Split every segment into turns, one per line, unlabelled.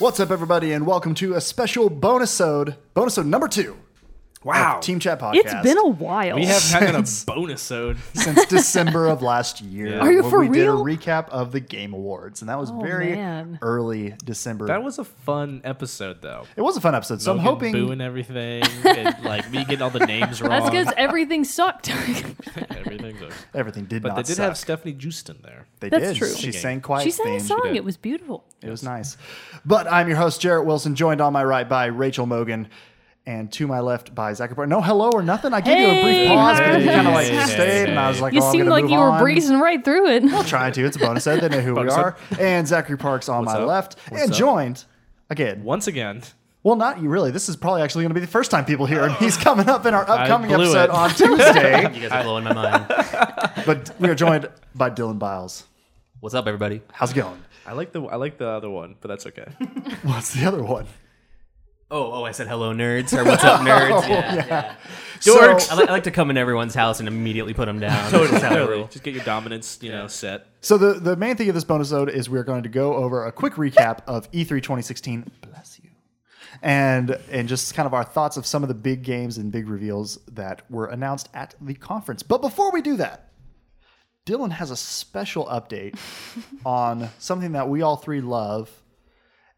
What's up, everybody, and welcome to a special bonusode, bonusode number two.
Wow.
of Team Chat podcast.
It's been a while.
we haven't had a bonus ode.
since December of last year.
Are
you
when
for
we
real?
did a recap of the Game Awards, and that was
Oh,
very
man.
early December.
That was a fun episode, though.
it was a fun episode, so I'm
Logan
hoping
booing everything, and, like me getting all the names wrong.
That's because everything sucked.
Everything's okay.
everything did
But
not
they did
suck.
have Stephanie Justin there.
they
That's
did.
true.
She sang Quiet
she sang a
Theme.
song.
did.
It was beautiful.
It was nice. But I'm your host, Jarrett Wilson, joined on my right by Rachel Mogan. And to my left by Zachary Bar- No hello or nothing. I gave you a brief
Hey,
pause, but you
hi.
kind of like
Hey,
stayed, and I was
hey.
like,
You
oh, I'm
seemed
gonna
like
move
you were
on.
breezing right through it.
Trying to. It's a bonus episode. They know who we
Bonus
are.
episode.
And Zachary Parks on my
up?
left,
up?
and joined again
Once again,
Well, not you really. This is probably actually going to be the first time people hear him. He's coming up in our upcoming
blew
episode
it.
on Tuesday.
You guys are blowing my mind.
but we are joined by Dylan Biles.
What's up, everybody?
How's it going?
I like the I like the other one, but that's okay.
What's the other one?
Oh, oh, I said hello, nerds, or what's up, nerds? Oh, Yeah.
Dorks.
I, li- I like to come in everyone's house and immediately put them down.
totally,
That's how I
totally.
roll.
Just get your dominance, you know, set.
So the, the main thing of this bonus episode is we're going to go over a quick recap of E E3 2016. Bless you. And and just kind of our thoughts of some of the big games and big reveals that were announced at the conference. But before we do that, Dylan has a special update on something that we all three love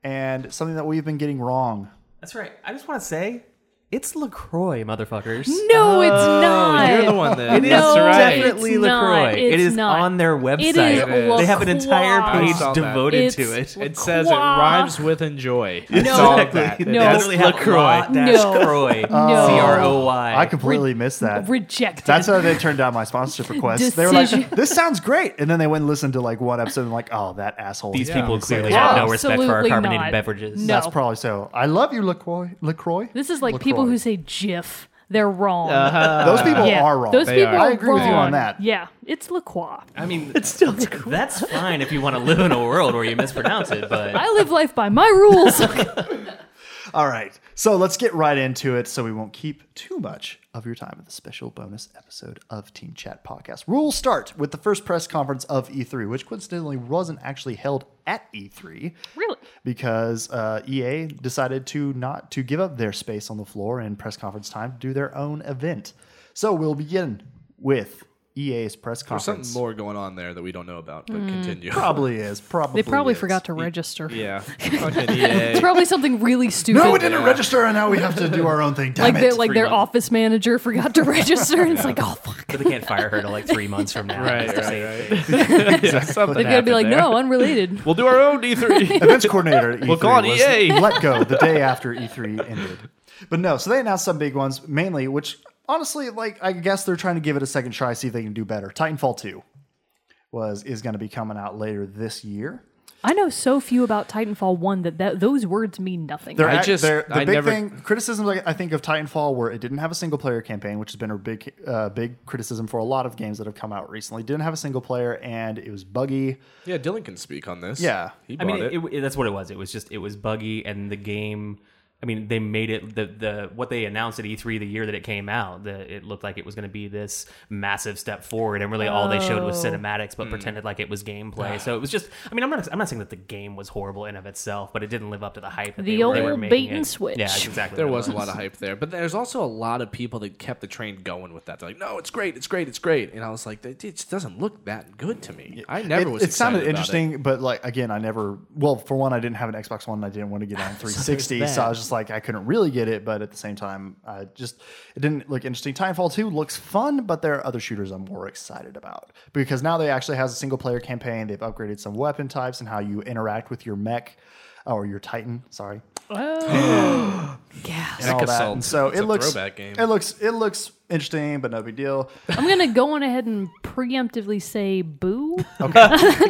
and something that we've been getting wrong.
That's right. I just want to say, it's Lacroix, motherfuckers.
No, it's
Oh,
not.
You're the one that.
It is
No,
that's right.
definitely
it's
Lacroix.
not. It's
it is
not.
on their
It
website.
is
is.
They have an entire
LaCroix.
page
I saw that.
devoted
It's
to it.
It says it rhymes with enjoy. It's all of that.
They
No.
That's
literally have
Lacroix.
No.
Lacroix.
No.
C R O Y.
I completely missed that.
Rejected.
That's how they turned down my sponsorship request. They were like,
Decision.
"This sounds great," and then they went and listened to like one episode and like, "Oh, that asshole."
These
Yeah.
people
It's like,
clearly
"Wow,
have no respect for our
Absolutely
carbonated
not.
beverages.
No.
That's probably so. I love you, Lacroix. Lacroix.
this is like people
LaCroix.
who say "jiff." They're wrong.
Those Uh-huh. people
yeah,
are wrong.
Those people
I agree with you
wrong.
on that.
Yeah, it's LaCroix.
I mean, it's still that's fine if you want to live in a world where you mispronounce it, but
I live life by my rules.
All right, so let's get right into it, so we won't keep too much of your time with the special bonus episode of Team Chat Podcast. We'll start with the first press conference of E3, which coincidentally wasn't actually held at E3.
really?
because uh, EA decided to not to give up their space on the floor in press conference time to do their own event. So we'll begin with EA's press
There's
conference.
something more going on there that we don't know about, but continue.
Probably is. Probably
They probably
is.
forgot to register.
Yeah. Fucking EA.
It's probably something really stupid.
No, we didn't register, and now we have to do our own thing. Damn
like
it!
their like their
Fremont.
office manager forgot to register and it's like oh fuck
but they can't fire her till like three months from now.
Right,
It's the same
right,
thing.
they've got to be like no unrelated
We'll do our own D3.
Events coordinator. At E3
Well, go on,
was
EA.
let go the day after E3 ended. But no, so they announced some big ones mainly, which honestly, like I guess they're trying to give it a second try, see if they can do better. Titanfall two was is going to be coming out later this year.
i know so few about titanfall 1 that, that those words mean nothing
They're
I
act-
just-
they're- the
I
big
never-
thing criticisms I I think of Titanfall were it didn't have a single player campaign, which has been a big uh, big criticism for a lot of games that have come out recently. Didn't have a single player and it was buggy.
yeah, Dylan can speak on this.
Yeah.
He
I
bought
mean,
it.
it, it, that's what it was. It was just it was buggy, and the game. I mean, they made it the the what they announced at E3 the year that it came out. The, it looked like it was going to be this massive step forward, and really all they showed was
Oh.
cinematics,
Hmm.
but pretended like it was gameplay. so it was just. I mean, I'm not I'm not saying that the game was horrible in of itself, but it didn't live up to the hype. That
The
they, were- they were
old
making
bait and
it.
switch.
Yeah, that's exactly.
There
what it
was a lot of hype there, but there's also a lot of people that kept the train going with that. They're like, "No, it's great, it's great, it's great," and I was like, "It just doesn't look that good to me." I never
it,
was.
it
excited
sounded
about
interesting, but like again, I never. Well, for one, I didn't have an Xbox One. and I didn't want to get on 360, so, I was just like, I couldn't really get it. But at the same time, I just it didn't look interesting. Titanfall 2 looks fun, but there are other shooters I'm more excited about because now they actually has a single player campaign. They've upgraded some weapon types and how you interact with your mech uh, or your Titan. Sorry,
yeah
and all
Mech
that.
Assault.
And so
Oh. It's
it
a
looks
throwback game.
it looks it looks interesting, but no big deal.
i'm gonna go on ahead and preemptively say boo
It.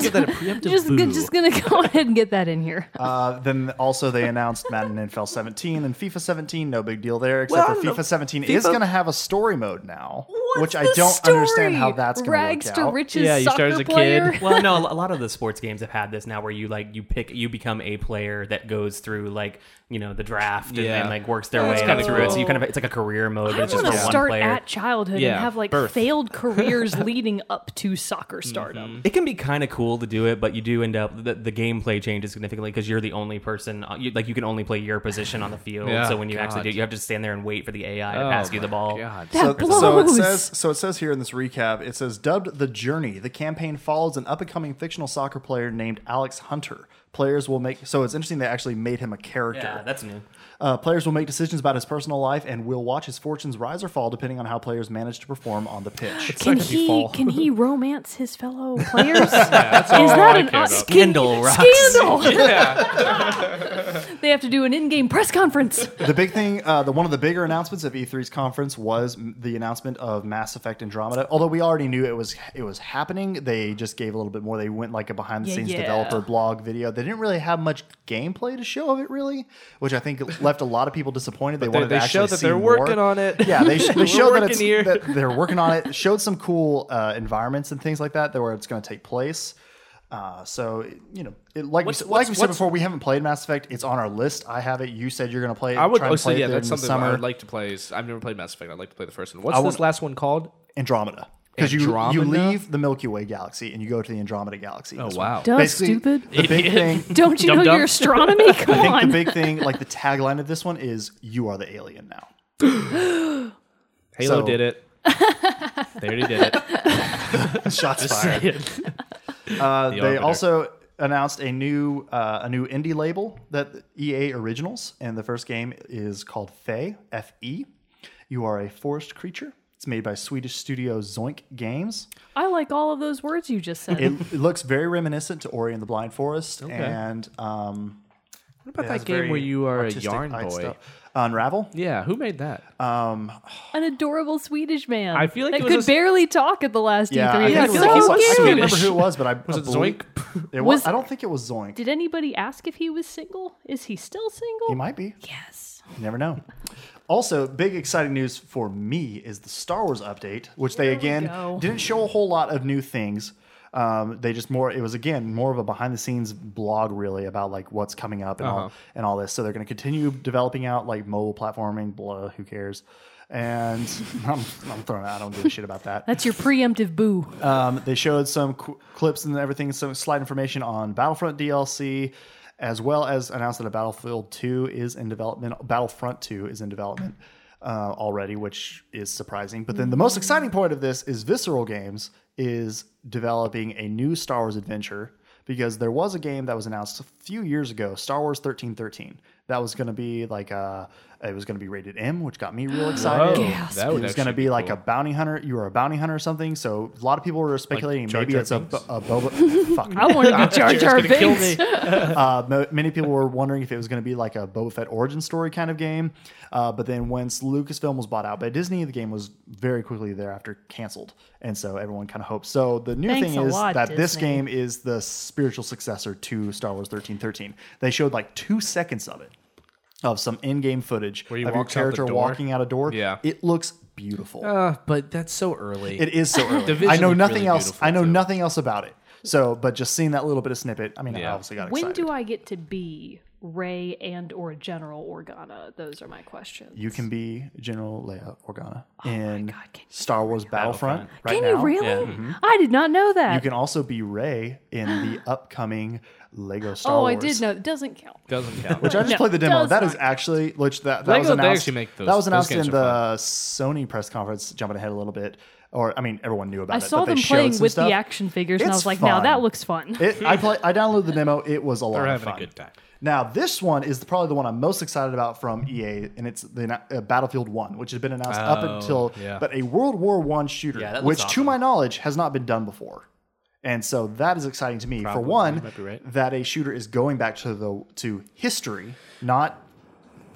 Give that a preemptive
just,
boo.
just gonna go ahead and get that in here
Uh, then also they announced Madden NFL 17 and FIFA 17. No big deal there, except
Well, I
for
don't
FIFA
know.
17 is
FIFA
going to have a story mode now.
was.
which I
the
don't understand how
story?
that's going
rags
work
to
out.
riches.
Yeah, you start
soccer
as a kid.
player.
well, no, a lot of the sports games have had this now, where you like you pick, you become a player that goes through like you know the draft and,
Yeah.
then like works their
Oh,
way
that's
up
kinda
through it. So
cool.
you kind of it's like a career mode, but
I
it's just
want
for
to
one
start
player.
at childhood
Yeah,
and have like
birth.
failed careers leading up to soccer stardom.
Mm-hmm.
it can be kind of cool to do it, but you do end up the, the gameplay changes significantly because you're the only person. uh, You, like you can only play your position on the field.
Yeah.
so when you actually
God.
do, it, you have to stand there and wait for the AI to
Oh
pass you the
my
ball.
God.
That blows.
So it says so it says here in this recap, it says dubbed the journey. The campaign follows an up and coming fictional soccer player named Alex Hunter. Players will make so it's interesting they actually made him a character.
Yeah, that's new.
Uh, players will make decisions about his personal life and will watch his fortunes rise or fall depending on how players manage to perform on the pitch.
can
Second
he
fall.
can he romance his fellow players? Is
all
that
I
an
care about.
can-
Scandal rocks.
Scandal. they have to do an in-game press conference.
the big thing, uh, the one of the bigger announcements of E3's conference was m- the announcement of Mass Effect Andromeda. Although we already knew it was it was happening, they just gave a little bit more. They went like a behind the scenes
Yeah, yeah.
developer blog video. They didn't really have much gameplay to show of it, really, which I think left a lot of people disappointed. They, wanted
they
to actually
showed that
see
they're
more.
working on it.
Yeah, they, sh- they showed that,
working
it's,
here.
that they're working on it. Showed some cool uh, environments and things like that, that where it's going to take place. Uh, so you know, it, like
What's-
we, s- like
what's-
we said
what's-
before, we haven't played Mass Effect. It's on our list. I have it. You said you're going to play. it.
I would
try to
also
play it
yeah,
there
that's
in the
something
summer.
I'd like to play. Is, I've never played Mass Effect. I'd like to play the first one. What's
I
this
want-
last one called?
Andromeda. Because you, you
Andromeda?
leave the Milky Way galaxy and you go to the Andromeda galaxy.
Oh
That's
wow.
Duh,
Basically,
stupid.
The big thing,
Don't you know
Dum-dum.
your astronomy? Come
I think
on.
the big thing, like the tagline of this one is "You are the alien now."
Halo
So-
did it. They already did it.
Shots fired.
It's
Uh,
The
they
Arbiter.
also announced a new uh, a new indie label that EA Originals, and the first game is called Fe F E. You are a forest creature. It's made by Swedish studio Zoink Games.
I like all of those words you just said.
It, it looks very reminiscent to Ori and the Blind Forest, and um,
What about
it has
that game
very
where you are a
artistic
yarn
art
boy?
stuff. Uh, Unravel.
Yeah, who made that?
An adorable Swedish man.
I feel like
that
it was
could
a-
barely talk at the last E
Yeah,
E3.
I,
Yeah,
think
I
it
feel
was
so
like he was
also- I
cute.
don't
Swedish.
remember who it was, but I
Was it
believe-
Zoink?
It was,
Was-
I don't think it was Zoink.
Did anybody ask if he was single? Is he still single?
He might be.
Yes.
You never know. Also, big exciting news for me is the Star Wars update, which they again
go.
didn't show a whole lot of new things. Um, they just more it was again more of a behind the scenes blog really about like what's coming up and
Uh-huh.
all and all this. So they're going to continue developing out like mobile platforming. Blah, who cares? And I'm, I'm throwing. out- I don't give a shit about that.
That's your preemptive boo.
Um, they showed some qu- clips and everything, some slight information on Battlefront DLC, as well as announced that a Battlefield 2 is in development. Battlefront 2 is in development uh, already, which is surprising. But then the most exciting point of this is Visceral Games is developing a new Star Wars adventure because there was a game that was announced a few years ago, Star Wars 1313. That was going to be like a, it was going to be rated M, which got me real excited
Gasp.
it was going to
Oh, actually
be, like a
cool.
bounty hunter. You were a bounty hunter or something. So a lot of people were speculating
Jar
maybe
Jar
it's a,
Binks?
a Boba.
I
fuck.
want to be Jar Jar
gonna kill
Binks.
Uh, mo- many people were wondering if it was going to be like a Boba Fett origin story kind of game. Uh, but then once Lucasfilm was bought out by Disney, the game was very quickly thereafter canceled, and so everyone kind of hoped. So the new
Thanks
thing
a
is
lot,
that this
Disney.
game is the spiritual successor to Star Wars thirteen thirteen. They showed like two seconds of it. Of some in-game footage
he
of your
walks out the
character
door?
walking out a door,
Yeah.
it looks beautiful.
Oh,
Uh, but that's so early.
It is so early.
vision
I know
is
nothing
really
else.
beautiful,
I know
too.
nothing else about it. So, but just seeing that little bit of snippet, I mean, I
Yeah.
obviously got
When
excited.
do I get to be Ray and or General Organa? Those are my questions.
you can be General Leia Organa in
Oh God, can you-
Star Wars Battlefront, right
can
now. Mm-hmm.
you really? Mm-hmm. I did not know that.
You can also be Rey in the upcoming Lego Star
oh,
Wars.
I did know. It doesn't count.
Doesn't count.
Which I just
No,
played the demo.
does
That
not
is actually which that, that
Lego,
was
they
announced.
actually make those-
that was
those
announced
games
in
are
the Sony press conference. Jumping ahead a little bit, or I mean, everyone knew about
I
it.
saw
but they
them
showed
playing
some
with
stuff.
the action figures, and I
It's
was like, now
fun.
that looks fun.
It, I play. I downloaded the demo. It was a lot
We're
of
having
fun.
a good time.
Now, this one is probably the one I'm most excited about from EA, and it's the uh, Battlefield One, which has been announced up until,
Oh, yeah.
but a World War One shooter,
Yeah, that looks
which to
awesome.
my knowledge has not been done before, and so that is exciting to me. For one,
might be right.
that a shooter is going back to the to history, not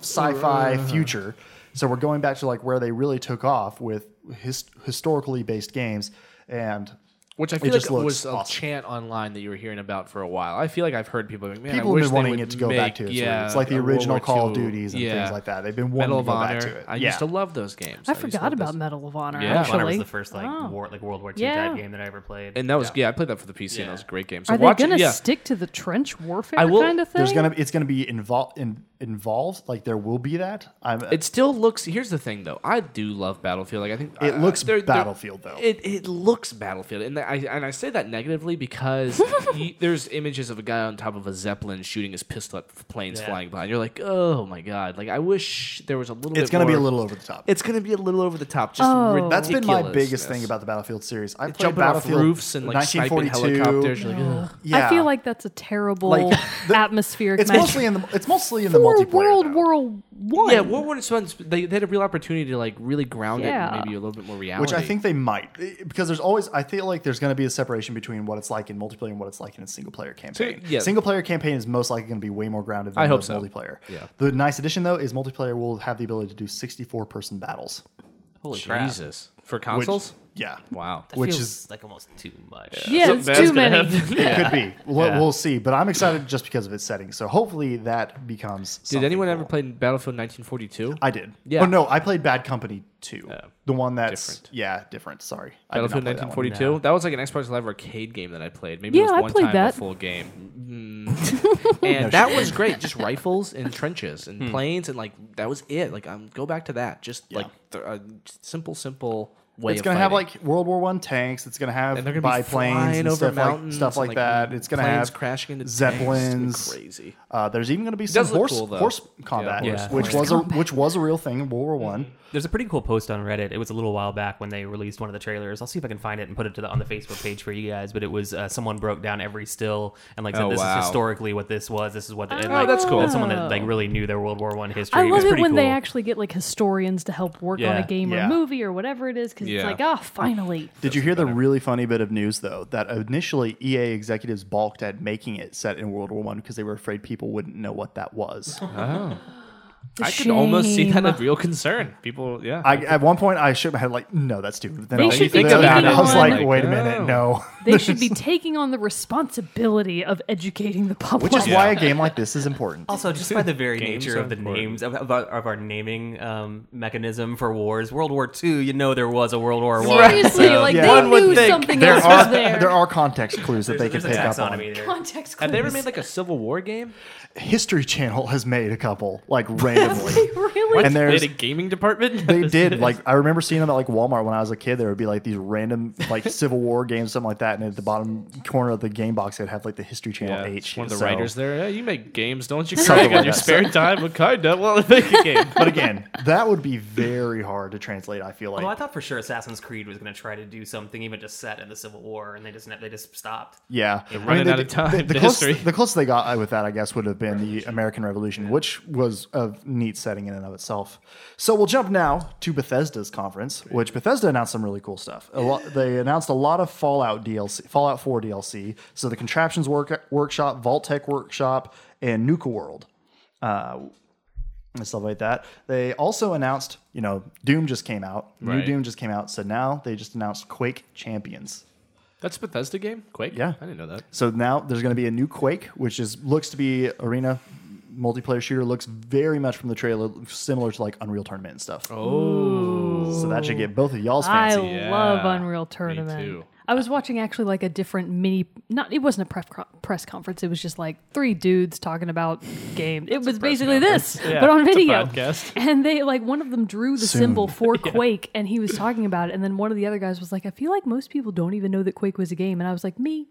sci-fi
Uh-huh.
future. So we're going back to like where they really took off with his, historically based games, and
Which I feel
just
like was
looks
a
awesome.
chant online that you were hearing about for a while. I feel like I've heard people like, man,
People
I wish
have been
they
wanting
would
it to go
make,
back to it.
yeah,
it's like the
a World
original
War
Call of
II,
Duties and
yeah,
things like that. They've been wanting
Medal
to
of
go
Honor.
back to it.
I
yeah.
used to love those games.
I
used to
forgot
love
about
those.
Medal of Honor.
Yeah.
Honor
actually,
was the first like
Oh.
war like World War II
Yeah.
type game that I ever played.
And that was
Yeah.
yeah, I played that for the PC and
Yeah.
that was a great game. So
Are they
watch
going to
it, yeah.
stick to the trench warfare
I will-
kind of thing?
There's gonna it's gonna be involved in, involved. Like there will be that. I'm,
It still looks. Here's the thing, though. I do love Battlefield. Like I think
It
I- I-
looks
they're- they're-
Battlefield, though.
It it looks Battlefield, and I and I say that negatively because y there's images of a guy on top of a zeppelin shooting his pistol at f- planes
Yeah.
flying by, and you're like, oh my god. Like I wish there was a little. bit
it's gonna be a
more-
little over the top.
It's gonna be a little over the top. Just
Oh.
ridiculous.
That's been my biggest thing about the Battlefield series. I played
jumping off
Battlefield
roofs and like sniping
1942.
helicopters. You're like, ugh.
Yeah.
I feel like that's a terrible
Like, the-
atmospheric.
it's
match.
mostly in the it's mostly in the multiplayer.
for World
though.
War One.
Yeah, World War One. They, they had a real opportunity to like really ground it,
Yeah.
and maybe a little bit more reality.
which I think they might Eh, because there's always I feel like there's going to be a separation between what it's like in multiplayer and what it's like in a single player campaign.
yeah.
Single player campaign is most likely going to be way more grounded than
I hope
the
so.
multiplayer.
Yeah.
The nice addition though is multiplayer will have the ability to do 64 person battles.
Holy crap.
Jesus for consoles.
Yeah.
wow.
That
which
feels
is-
like almost too much.
Yeah,
So
it's
that's
too
gonna
many.
happen.
It could be. We'll, we'll see, but I'm excited just because of its setting. So hopefully that becomes.
Did
something
anyone ever
cool.
play Battlefield 1942?
I did.
Yeah. Oh,
Oh no, I played Bad Company 2. the one that's
different.
yeah different. Sorry, I did
Battlefield
not play that one.
1942. That, was like an Xbox Live arcade game that I played. Maybe it was
Yeah, I
one
played
time
that.
a full game. Mm. and that was great. Just rifles and trenches and
Hmm.
planes and like that was it. Like um, go back to that. Just like th- a simple, simple way.
It's
of
gonna have
fighting.
like World War One tanks. It's gonna have
And they're gonna be
biplanes
flying
and
over
stuff like
mountains
stuff
and,
like,
like,
that. It's gonna
planes
have
crashing into tanks. It's gonna be
zeppelins.
crazy.
Uh, there's even gonna be some
does look
horse
cool, though.
horse combat,
Yeah.
which was
Horse
a which was a real thing in World War One.
There's a pretty cool post on Reddit. It was a little while back when they released one of the trailers. I'll see if I can find it and put it to the, on the Facebook page for you guys. But it was uh, someone broke down every still and like said,
Oh,
"This
wow.
is historically what this was. This is what." The, and,
Oh,
like,
that's cool.
That's someone that like really knew their World War One history.
Oh. I love
was
it
pretty
when they
cool.
actually get like historians to help work on
Yeah.
a game
Yeah.
or movie or whatever it is because
Yeah.
it's like, ah, finally.
Did you hear the really funny bit of news though? That initially EA executives balked at making it set in World War One because they were afraid people wouldn't know what that was.
The
I could almost see that
shame.
as real concern. People, yeah.
I, at one point, I shook my head like, "No, that's stupid." Then
They
I
should
looked
be
at that, and I
taking
was like,
on-
"Wait a minute, no."
They should be taking on the responsibility of educating the public.
Which is why a game like this is important.
Also, just by the very
Games
nature
are
of the
important.
names of, of, our, of our naming um, mechanism for wars, World War II, you know there was a World War One.
Seriously, like
Yeah.
they
One
knew something
there
else
are
was there.
there are context clues that
There's,
they can
there's a
pick up on.
taxonomy there.
Context clues.
have they ever made like a Civil War game?
History Channel has made a couple like randomly.
really?
And
They
there's
had a gaming department.
they did like I remember seeing them at like Walmart when I was a kid. There would be like these random like Civil War games, something like that, and at the bottom corner of the game box, it'd have like the History Channel
Yeah,
H.
one of the
So-
writers there. Yeah, you make games, don't you?
Something
Craig, on
like
your
that.
spare time, what kind of? Well, make a game.
But again, that would be very hard to translate. I
Oh,
feel like
Well, I thought for sure Assassin's Creed was going to try to do something even just set in the Civil War, and they just they just stopped.
Yeah,
running
they-
out of time
The, the
to
closest,
history.
the closest they got with that, I guess, would have been the American Revolution, which was a neat setting in and of itself. So we'll jump now to Bethesda's conference, which Bethesda announced some really cool stuff. A lot, they announced a lot of Fallout DLC, Fallout Four DLC. So the Contraptions work, Workshop, Vault Tech Workshop, and Nuka World uh, and stuff like that. They also announced, you know, Doom just came out. New
Right.
Doom just came out. So now they just announced Quake Champions.
That's a Bethesda game. Quake.
Yeah.
I didn't know that.
So now there's going to be a new Quake, which is looks to be arena multiplayer shooter. Looks very much from the trailer similar to like Unreal Tournament and stuff. Oh, so that should get both of y'all's
I
fancy.
love
Yeah,
Unreal Tournament.
too.
I was watching actually like a different mini. Not it wasn't a pref co- press conference. It was just like three dudes talking about games. It was basically this, but on
it's a
video.
podcast.
And they like one of them drew the symbol for Quake, and he was talking about it. And then one of the other guys was like, "I feel like most people don't even know that Quake was a game." And I was like, "Me."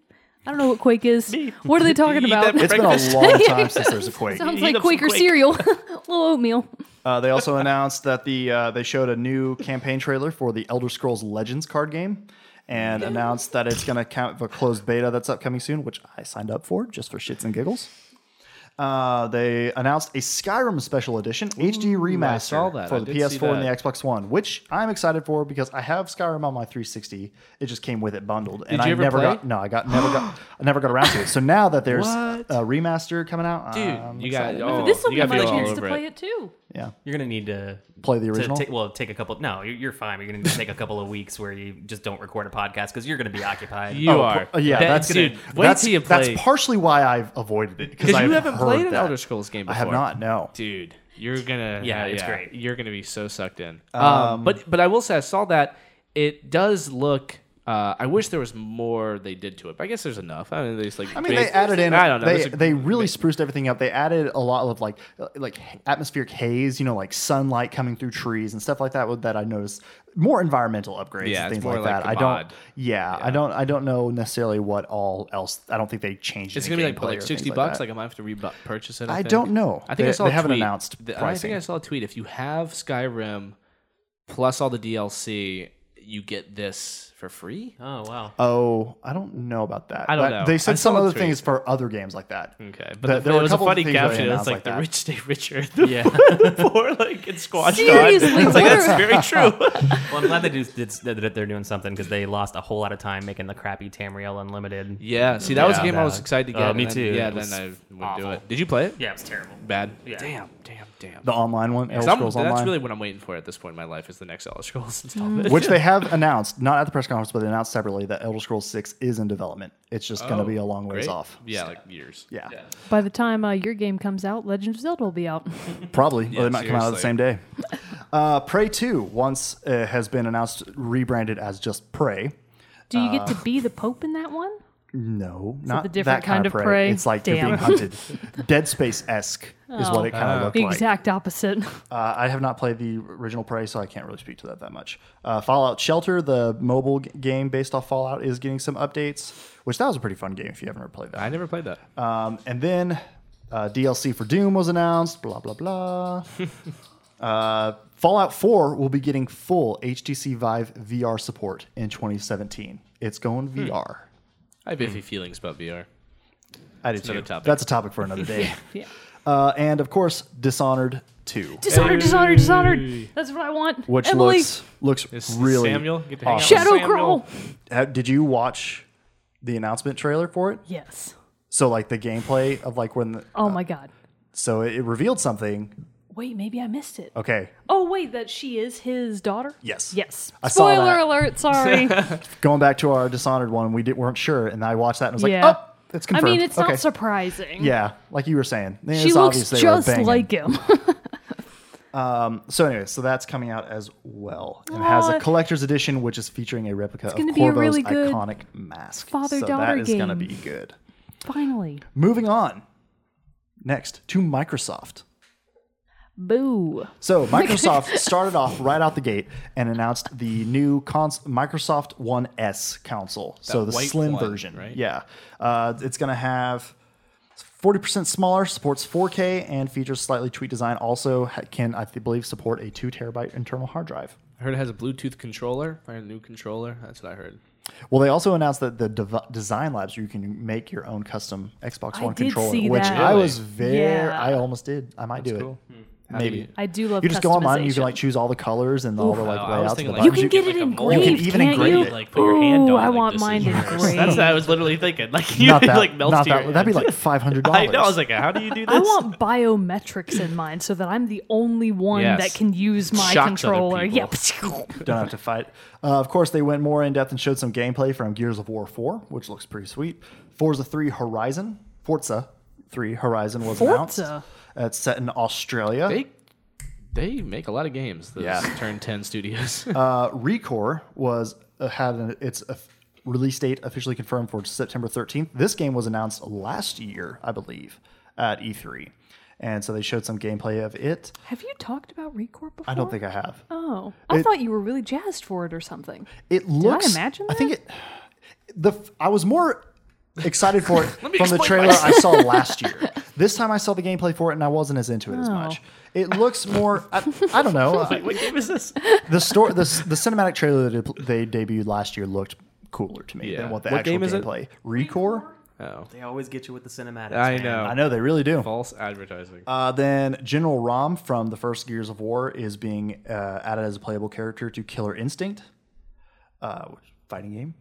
I don't know what Quake is. What are they talking
Eat
about?
that
It's been a long time since there's a Quake.
Sounds
Eat
like
up some
Quaker
Quake.
cereal, little oatmeal.
Uh, they also announced that the uh, they showed a new campaign trailer for the Elder Scrolls Legends card game. And announced that it's going to count for closed beta that's upcoming soon, which I signed up for just for shits and giggles. Uh, they announced a Skyrim Special Edition HD remaster
saw that.
for
I
the
did see
PS4 and the
that.
Xbox One, which I'm excited for because I have Skyrim on my 360. It just came with it bundled, and
Did you
I
ever
never
play?
got no, I got never got I never got around to it. So now that there's a remaster coming out,
Dude,
Um, I'm
you got
excited.
oh,
this will
you
be
got
my
people all
chance to
over it.
play it too.
Yeah.
You're gonna need to
Play the
to
original?
take- well, take a couple. No, you're, you're fine. You're gonna need to take a couple of weeks where you just don't record a podcast because you're gonna be occupied.
You
Oh,
are.
pl- uh, yeah, that's
dude.
gonna-
Wait
that's,
till you
that's
play.
partially why I've avoided it because
Because you
I've
haven't
heard
played an
that.
Elder Scrolls game
I have
before.
not. No.
Dude, you're gonna
Yeah, it's great.
You're gonna be so sucked in. Um, but but I will say I saw that it does look. Uh, I wish there was more they did to it. But I guess there's enough. I mean, they just like.
I mean, they
base-
added in.
I don't know.
They,
there's a-
they really spruced everything up. They added a lot of like like atmospheric haze, you know, like sunlight coming through trees and stuff like that. That I noticed more environmental upgrades
Yeah,
and
it's
things
more
like that.
like the
I
mod.
don't. Yeah, I don't. I don't know necessarily what all else. I don't think they changed.
It's
any
gonna be like
gameplay
what,
or
like
things
sixty bucks.
that.
Like I might have to re purchase it.
I
I, think.
don't know.
I think I
They-
saw.
they
a
haven't
tweet.
announced
The- I
pricing.
think I saw a tweet. If you have Skyrim plus all the DLC, you get this for free.
Oh wow.
Oh, I don't know about that.
I don't
That-
know.
They
I
said
saw
some
a
other
tweet.
things for other games like that.
Okay,
There-
but
there
there,
were a
was a
couple of
funny
things that they
caption. It's
announced
like,
like
the
that.
rich stay richer, the
Yeah.
poor like it's squashed.
Seriously,
on. It's like
what
that's
are-
very true.
Well, I'm glad they do, did, that they're doing something because they lost a whole lot of time making the crappy Tamriel Unlimited.
Yeah, see, that was a
Yeah.
game I was excited to
Oh,
get. and
me
then-
too.
Yeah,
It was
then I would
awful.
do it. Did you play it?
Yeah, it was terrible.
Bad.
Yeah.
Damn, damn, damn.
The online one, Elder
So I'm-
Scrolls
that's
Online. Mm.
really what I'm waiting for at this point in my life is the next Elder Scrolls installment.
which they have announced, not at the press conference, but they announced separately that Elder Scrolls Six is in development. It's just going to be a long ways
Oh, Great.
off.
Yeah, like years.
Yeah,
By the time uh, your game comes out, Legend of Zelda will be out.
probably. or they might come out on the
seriously.
same day. Uh, Prey Two once uh, has been announced, rebranded as just Prey.
Do you get
Uh.
to be the Pope in that one?
No, not
a different
that kind,
kind
of
of
prey.
prey?
It's like you're
Damn.
being hunted. Dead Space esque is what it kind
Ah.
of looked
The
like.
exact opposite.
Uh, I have not played the original Prey, so I can't really speak to that that much. Uh, Fallout Shelter, the mobile g- game based off Fallout, is getting some updates, which that was a pretty fun game if you haven't ever played that.
I never played that.
Um, and then uh, DLC for Doom was announced. Blah blah blah. uh, Fallout 4 will be getting full HTC Vive VR support in 2017. It's going
Hmm.
VR.
I have
Hmm.
iffy feelings about VR.
I do
That's another
too.
topic.
That's a topic for another day.
yeah.
uh, and of course, Dishonored 2,
Dishonored, dishonored, dishonored. That's what I want.
which
Emily,
looks looks
Is
really
Samuel get to hang out
awesome.
with
Shadow
Samuel.
Crawl.
How- Did you watch the announcement trailer for it?
Yes.
So like the gameplay of like when the,
Oh my god.
so it, it revealed something.
Wait, maybe I missed it.
Okay,
Oh wait, that she is his daughter.
Uh. Yes.
Yes.
I saw
Spoiler
that.
alert. Sorry.
going back to our Dishonored one, we did, weren't sure, and I watched that and was
Yeah.
like, oh, it's
I
confirmed.
mean, it's
okay.
not surprising.
Yeah, like you were saying, it's
She
obvious
looks
they were
just
banging.
like him.
So anyway, so that's coming out as well, and has
Aw.
a collector's edition, which is featuring a replica of
gonna be a
Corvo's
really good
iconic mask. so that
father-daughter
is gonna
game.
be good.
Finally.
Moving on, next to Microsoft.
Boo.
So Microsoft started off right out the gate and announced the new cons- Microsoft One S console. so the
white
slim
one,
version,
right?
Yeah, uh, it's going to have. 40% smaller, supports 4K, and features slightly tweaked design. Also, ha- can, I th- believe, support a 2 terabyte internal hard drive.
I heard it has a Bluetooth controller. I heard a new controller. That's what I heard.
Well, they also announced that the dev- design labs you can make your own custom Xbox
I
One
did
controller,
see
which
that.
I
Really?
was very,
Yeah.
I almost did. I might do
cool. Hmm.
it. Maybe you,
I do love.
just go online and you can
customization.
like choose all the colors and all the like
Oh, I was
layouts. and
thinking,
the
like,
You
buttons.
can
You
get
get,
it
like, a
mold.
engraved.
You can even
can't
engrave
you?
it.
Like, put your hand
Ooh,
on it
I
like
want
this
mine
is yours.
engraved.
That's what I was literally thinking. Like you
not that,
like melts
not
your
that, that'd be like five hundred dollars.
I know. I was like, how do you do this?
I want biometrics in mine so that I'm the only one
Yes.
that can use my
Shocks other
controller.
people.
Yep.
don't have to fight. Uh, of course, they went more in depth and showed some gameplay from Gears of War Four, which looks pretty sweet. Forza Three Horizon, Forza Three Horizon was
Forza?
announced. Uh, It's set in Australia.
They they make a lot of games. Those
Yeah. Uh,
Turn Ten Studios.
Recore was uh, had an, its uh, release date officially confirmed for September 13th. This game was announced last year, I believe, at E3, and so they showed some gameplay of it.
Have you talked about Recorp before?
I don't think I have.
Oh, I
It-
thought you were really jazzed for it or something.
It looks.
imagine
I think it. The f- I was more excited for it
me
from the
explain
trailer I saw last year. This time I saw the gameplay for it and I wasn't as into it as
Oh.
much. It looks more. I, I don't know. I-
what game is this?
the story, the, s- the cinematic trailer that it- they debuted last year looked cooler to me
Yeah.
than what the
What
actual
game is it?
gameplay. Recore.
Oh,
They always get you with the cinematics.
I
man.
know.
I know they really do.
False advertising.
Uh, then General Rom from the first Gears of War is being uh, added as a playable character to Killer Instinct, uh, which- fighting game.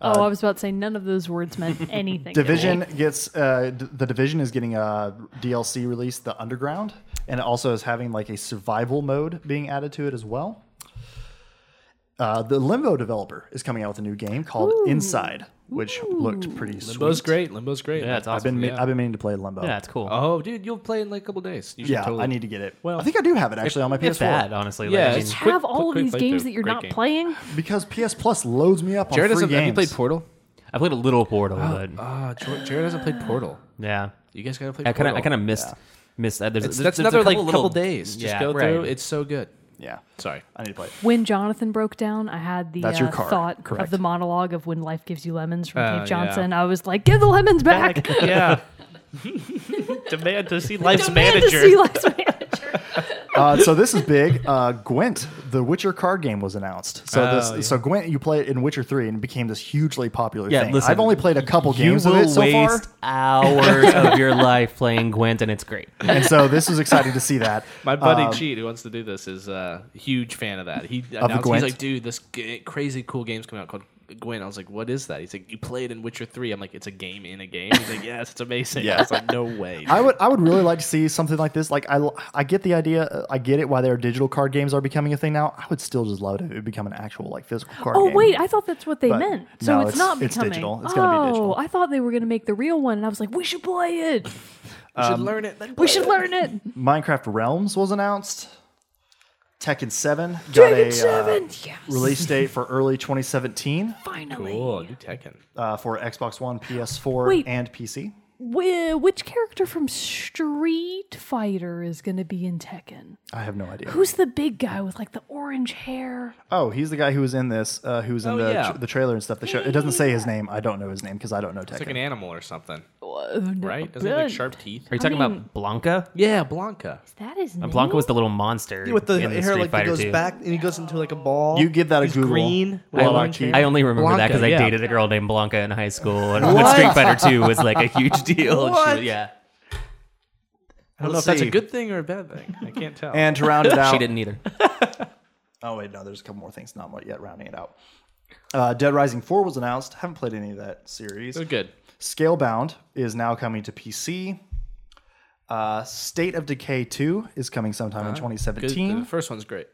Uh,
oh, I was about to say none of those words meant anything. to me.
Division gets uh, d- the Division is getting a DLC release, The Underground, and it also is having like a survival mode being added to it as well. Uh, the Limbo developer is coming out with a new game called Inside, which looked pretty
Limbo's
sweet.
great. Limbo's great.
Yeah, it's
I've
awesome.
been
yeah.
I've been meaning to play Limbo.
Yeah, it's cool.
Oh, dude, you'll play in like a couple days. You should
Yeah,
totally-
I need to get it.
Well,
I think I do have it actually on my PS4
It's bad, honestly.
Yeah,
like, I
it's-
mean,
Quick-
have all
quick-
of these
quick
games
playthrough.
that you're
Great
not
game.
playing.
because PS Plus loads me up on
Jared
free
hasn't.
games.
Have you played Portal?
I played a little Portal, but
Ah, Jared, Jared hasn't played Portal.
yeah,
You guys gotta play.
I kind of
Portal.
I kind of missed missed. Uh, there's,
It's- that's
there's- there's a
another like
couple
couple
little-
days. Just
Yeah,
go
right.
through. It's so good.
yeah,
Sorry.
I need to play it.
When Jonathan broke down, I had the
That's your
uh,
card,
thought
correct.
of the monologue of when life gives you lemons from
Oh,
Cave Johnson. I was like, give the lemons back.
Yeah.
demand to see life's
Demand to see life's manager.
Uh, so this is big. Uh, Gwent, the Witcher card game, was announced. So
Oh,
this, so Gwent, you play it in Witcher Three, and it became this hugely popular
Yeah,
thing.
listen,
I've only played a couple
You
games of
will
it so far,
waste hours of your life playing Gwent, and it's great.
and so this is exciting to see that.
My buddy
Um,
Cheat, who wants to do this, is uh, a huge fan of that. He
the
announced,
Gwent?
he's like, dude, this g- crazy cool game's coming out called Gwen. I was like, what is that? He's like, you play it in Witcher 3. I'm like, it's a game in a game. He's like, yes, it's amazing. Yeah. I was like, no way.
I would I would really like to see something like this. Like I I get the idea. uh, I get it why their digital card games are becoming a thing now. I would still just love it if it become an actual like physical card.
Oh
game.
wait, I thought that's what they
But
meant. So
no,
it's,
it's-
not
it's
becoming.
digital. It's
oh,
gonna be digital.
I thought they were gonna make the real one, and I was like, we should play it.
You should learn it. Then
We should learn it.
Minecraft Realms was announced. Tekken Seven got a
Tekken
uh,
7, yes.
release date for early 2017
Finally.
Cool. New Tekken.
uh, for Xbox One, PS4,
Wait.
and PC.
Wh- which character from Street Fighter is gonna be in Tekken?
I have no idea.
Who's the big guy with like the orange hair?
Oh, he's the guy who was in this, uh, who was in
Oh,
the,
yeah.
tr- the trailer and stuff. The show. It doesn't say his name. I don't know his name because I don't know
It's like an
Tekken.
animal or something,
Uh, no,
right? Doesn't it have like
but-
sharp teeth?
Are you talking
mean-
about Blanca?
Yeah, Blanca.
That is
Uh, Blanca was the little monster
with the
in the
hair
Street
like that
Fighter
goes
2.
back and he goes into like a ball.
You give that a
He's
Google.
green. with
Well,
orange
actually-
hair.
I only remember that 'cause that because
Blanca, yeah.
I dated a girl named Blanca in high school, and when Street Fighter 2 was like a huge deal. She was-
What?
yeah,
I don't know if that's a good thing or a bad thing. I can't tell.
And to round it out,
she didn't either.
Oh wait, no, there's a couple more things not yet rounding it out. Uh, Dead Rising Four was announced. Haven't played any of that series.
They're good.
Scalebound is now coming to PC. Uh, State of Decay Two is coming sometime in
Ah, Good-
2017.
The first one's great.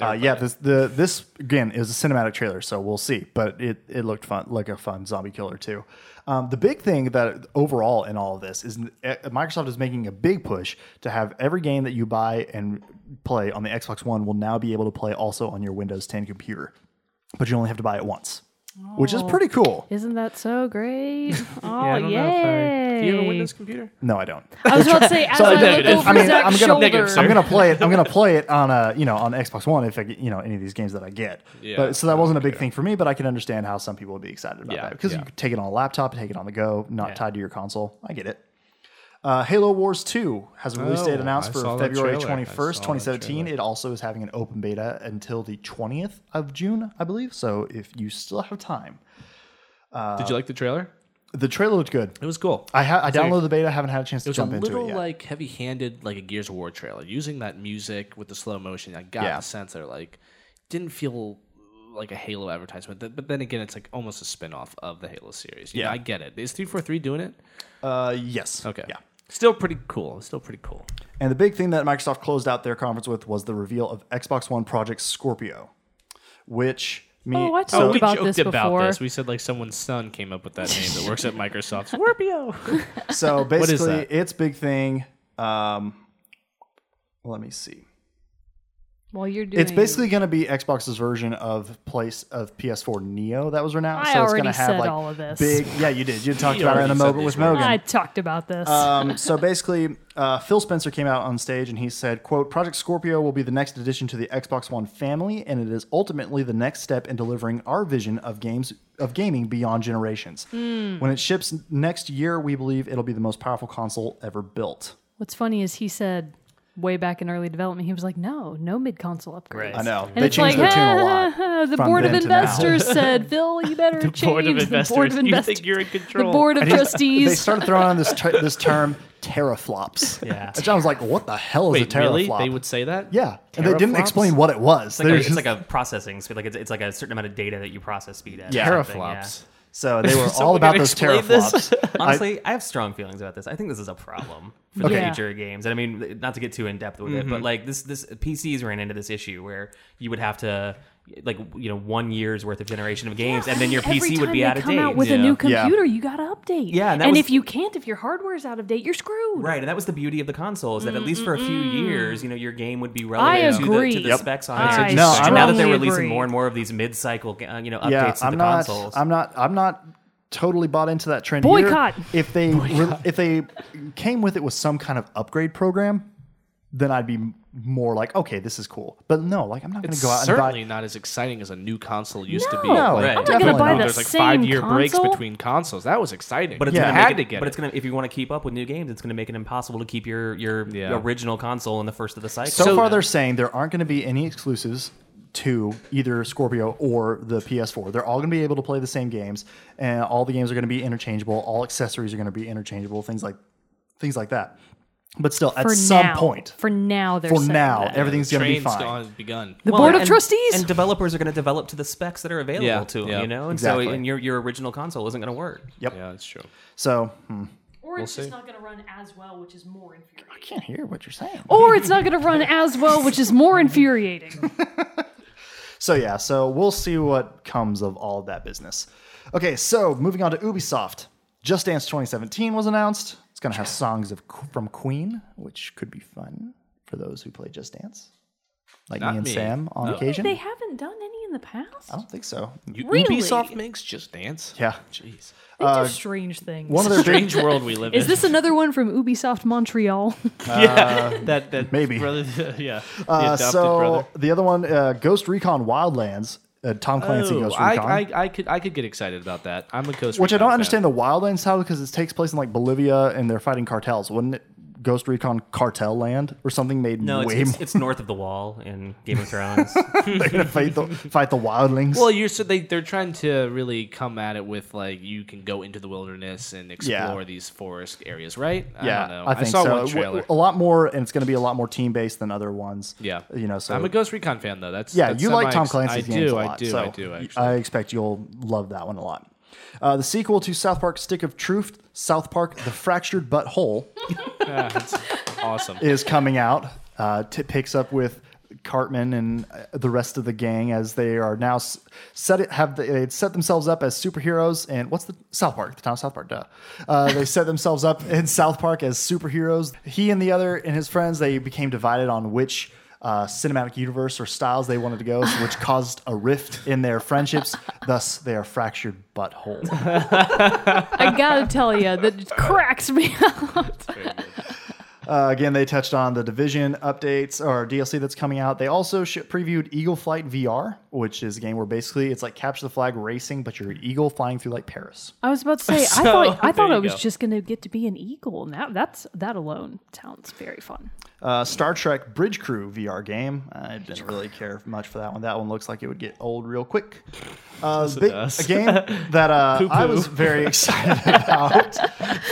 Uh, yeah, this the this again is a cinematic trailer, so we'll see. But it, it looked fun, like a fun zombie killer too. Um, the big thing that overall in all of this is eh, Microsoft is making a big push to have every game that you buy and play on the Xbox One will now be able to play also on your Windows 10 computer, but you only have to buy it once, which is pretty cool.
Isn't that so great? Oh
I don't know if I-
Do you have a
yay.
Windows computer?
No, I don't.
I was about to say, as I look
negative.
over
I mean,
Zach's
I'm gonna-
shoulder,
Negative, sir.
I'm gonna play it. I'm gonna play it on a you know on Xbox One if I get, you know any of these games that I get.
Yeah.
but so that wasn't a big thing for me, but I can understand how some people would be excited about
Yeah,
that because
yeah.
you could take it on a laptop, take it on the go, not tied to your console. I get it. Uh, Halo Wars 2 has a release
Oh,
date announced
I
for
saw that
February
trailer. I
21st,
saw that
2017. It also is having an open beta until the 20th of June, I believe. So if you still have time,
Did you like the trailer?
the trailer looked good.
It was cool.
I, ha- I downloaded the beta, haven't had a chance
it
to
was a
jump into
little
it yet.
like heavy-handed, like a Gears of War trailer, using that music with the slow motion. I got
Yeah.
the sense that like didn't feel like a Halo advertisement. Th- But then again, it's like almost a spin-off of the Halo series. yeah,
Yeah.
I get it. Is three four three doing it?
uh, yes.
Okay.
Yeah.
Still pretty cool. Still pretty cool.
And the big thing that Microsoft closed out their conference with was the reveal of Xbox One Project Scorpio, which me
Oh, I
Oh,
talked
we
about
joked
this
about
before.
this. We said like someone's son came up with that name that works at Microsoft. Scorpio.
so
is
basically,
that?
its big thing. Um, let me see.
While you're doing,
It's basically going to be Xbox's version of place of PS4 Neo that was announced.
I
so it's
already
going to have
said
like
all of this.
big. Yeah, you did. You talked about it in
already
a
said
moment
these
with
words.
Mogan.
I talked about this.
um, so basically, uh, Phil Spencer came out on stage and he said, "quote Project Scorpio will be the next addition to the Xbox One family, and it is ultimately the next step in delivering our vision of games of gaming beyond generations.
Hmm.
When it ships next year, we believe it'll be the most powerful console ever built."
What's funny is he said way back in early development, he was like, "No, no mid console upgrades."
I know
And
they
it's
changed
like, "Ah,
their tune a lot.
the
from
board of
then to now.
investors said, "Phil, you better change the board of investors."
you're in
the
control?
board of
They
trustees.
started throwing on this ter- this term teraflops.
Yeah.
which I was like, "What the hell is a
Wait,
teraflop?"
really? They would say that?
yeah, and they didn't
Teraflops?
explain what it was.
It's like, a,
They're
it's
just-
like a processing speed. Like it's, it's like a certain amount of data that you process speed at. or
Yeah.
something,
Teraflops.
So they were all about those
explain this?
teraflops.
Honestly, I, have strong feelings about this. I think this is a problem for the
Okay. Yeah. Mm-hmm.
future of games. And I mean, not to get too in depth with it, but like this, this PCs ran into this issue where you would have to, like, you know, one year's worth of generation of games, and then your
Every
PC would
time
be
they
out of
come
date.
out with a
Yeah.
new
Yeah.
computer, you got to update.
Yeah,
and,
and that was-
if you can't, if your hardware's out of date, you're screwed.
Right, and that was the beauty of the console is that at least for a few years, you know, your game would be
Mm. I
relevant to the, to
agree.
the
Yep.
specs on
I
it.
So
And
No, I'm
now that they're
strongly
releasing
agree.
more and more of these mid-cycle, ga- uh, you know, updates
yeah,
to
I'm
the
not.
consoles.
I'm not. I'm not totally bought into that trend.
Boycott.
Either. If they re- if they came with it with some kind of upgrade program, then I'd be m- more like, okay, this is cool. But no, like I'm not going to go out and buy.
certainly not as exciting as a new console used to be.
No,
No,
like,
right.
I'm not
definitely
going to buy
not.
the
there's like
same
five year breaks
console.
between consoles. That was exciting.
But it's
Yeah.
gonna
You
make
had
it,
to get
But
it.
it's gonna if you want to keep up with new games, it's gonna make it impossible to keep your your
Yeah.
original console in the first of the cycle.
So, far, they're saying there aren't going to be any exclusives to either Scorpio or the PS4. They're all going to be able to play the same games, and all the games are going to be interchangeable. All accessories are going to be interchangeable. Things like things like that. But still, at
for
some
now.
point,
For now, they're
for
saying
now,
that.
everything's going to be
Train's
fine.
gone, begun.
the board of
and-
trustees.
and developers are going to develop to the specs that are available
Yeah,
to them,
yeah.
you know. And so,
Exactly.
and your your original console isn't going to work.
Yep.
Yeah, that's true.
So hmm.
or it's
see.
just not going to run as well, which is more
I
infuriating.
can't hear what you're saying.
Or it's not going to run as well, which is more infuriating.
So yeah, so we'll see what comes of all that business. Okay, so moving on to Ubisoft, Just Dance 2017 was announced. It's gonna have songs of from Queen, which could be fun for those who play Just Dance, like
Not
me and
me.
Sam on occasion.
they haven't Oh. done any in the past.
I don't think so.
You,
Really?
Ubisoft uh, makes just dance.
Yeah,
Jeez.
They do strange things.
one of their big
Strange world we live
is
in.
this another one from Ubisoft Montreal?
yeah, that that
Uh, maybe.
brother, yeah, the
uh,
adopted
so
brother.
the other one, uh, Ghost Recon Wildlands, uh, Tom Clancy
Oh,
Ghost
I,
Recon.
I, I could I could get excited about that. I'm a Ghost
Which I
Recon
don't
fan.
understand the Wildlands title because it takes place in like Bolivia and they're fighting cartels. Wouldn't it Ghost Recon Cartel Land or something made
No, it's,
way
it's,
more
it's north of the wall in Game of Thrones.
they're gonna fight the fight the wildlings?
Well, you're so they they're trying to really come at it with like you can go into the wilderness and explore these forest areas, right?
yeah,
I don't know.
I think
saw
so.
one
W-
trailer.
A lot more, and it's gonna be a lot more team based than other ones.
Yeah.
you know. So
I'm a Ghost Recon fan though. That's
yeah,
that's
you
not
like
my
Tom
ex-
Clancy's
I
games
do,
a lot.
I do,
so uh,
I do. Actually,
I expect you'll love that one a lot. Uh, the sequel to South Park: Stick of Truth, South Park: The Fractured But Whole,
Yeah, it's awesome.
is coming out. Uh, t- picks up with Cartman and uh, the rest of the gang as they are now s- set it, have they they'd set themselves up as superheroes and what's the South Park the town of South Park duh uh, they set themselves up in South Park as superheroes. He and the other and his friends they became divided on which. Uh, cinematic universe or styles they wanted to go, so which caused a rift in their friendships. Thus, they are fractured butthole.
I gotta tell you, that cracks me up.
Uh, again, they touched on the division updates or DLC that's coming out. They also sh- previewed Eagle Flight VR, which is a game where basically it's like capture the flag racing, but you're an eagle flying through like Paris.
I was about to say, I
So,
thought I thought
there
I
you
was
go.
just gonna get to be an eagle. Now that's that alone sounds very fun.
Uh, Star Trek Bridge Crew VR game. I didn't really care much for that one. That one looks like it would get old real quick. Uh, big-
does.
a game that uh, I was very excited about.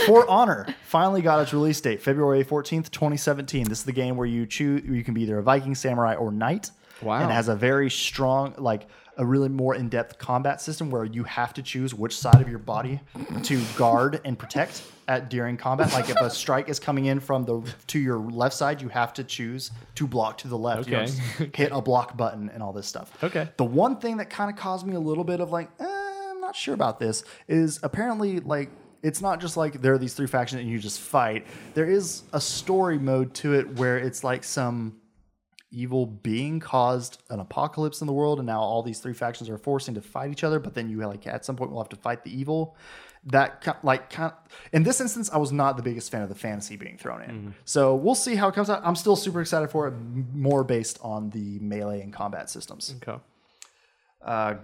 For Honor finally got its release date, February 14th, 2017. This is the game where you choose you can be either a Viking, samurai, or knight.
Wow.
And it has a very strong, like a really more in-depth combat system where you have to choose which side of your body to guard and protect at during combat. Like if a strike is coming in from the to your left side, you have to choose to block to the left. You don't
Okay.
just hit a block button and all this stuff.
Okay.
The one thing that kind of caused me a little bit of like, eh, I'm not sure about this is apparently like it's not just like there are these three factions and you just fight. There is a story mode to it where it's like some evil being caused an apocalypse in the world and now all these three factions are forcing to fight each other but then you like at some point will have to fight the evil that ki- like kind in this instance i was not the biggest fan of the fantasy being thrown in so we'll see how it comes out i'm still super excited for it m- more based on the melee and combat systems
Okay.
uh,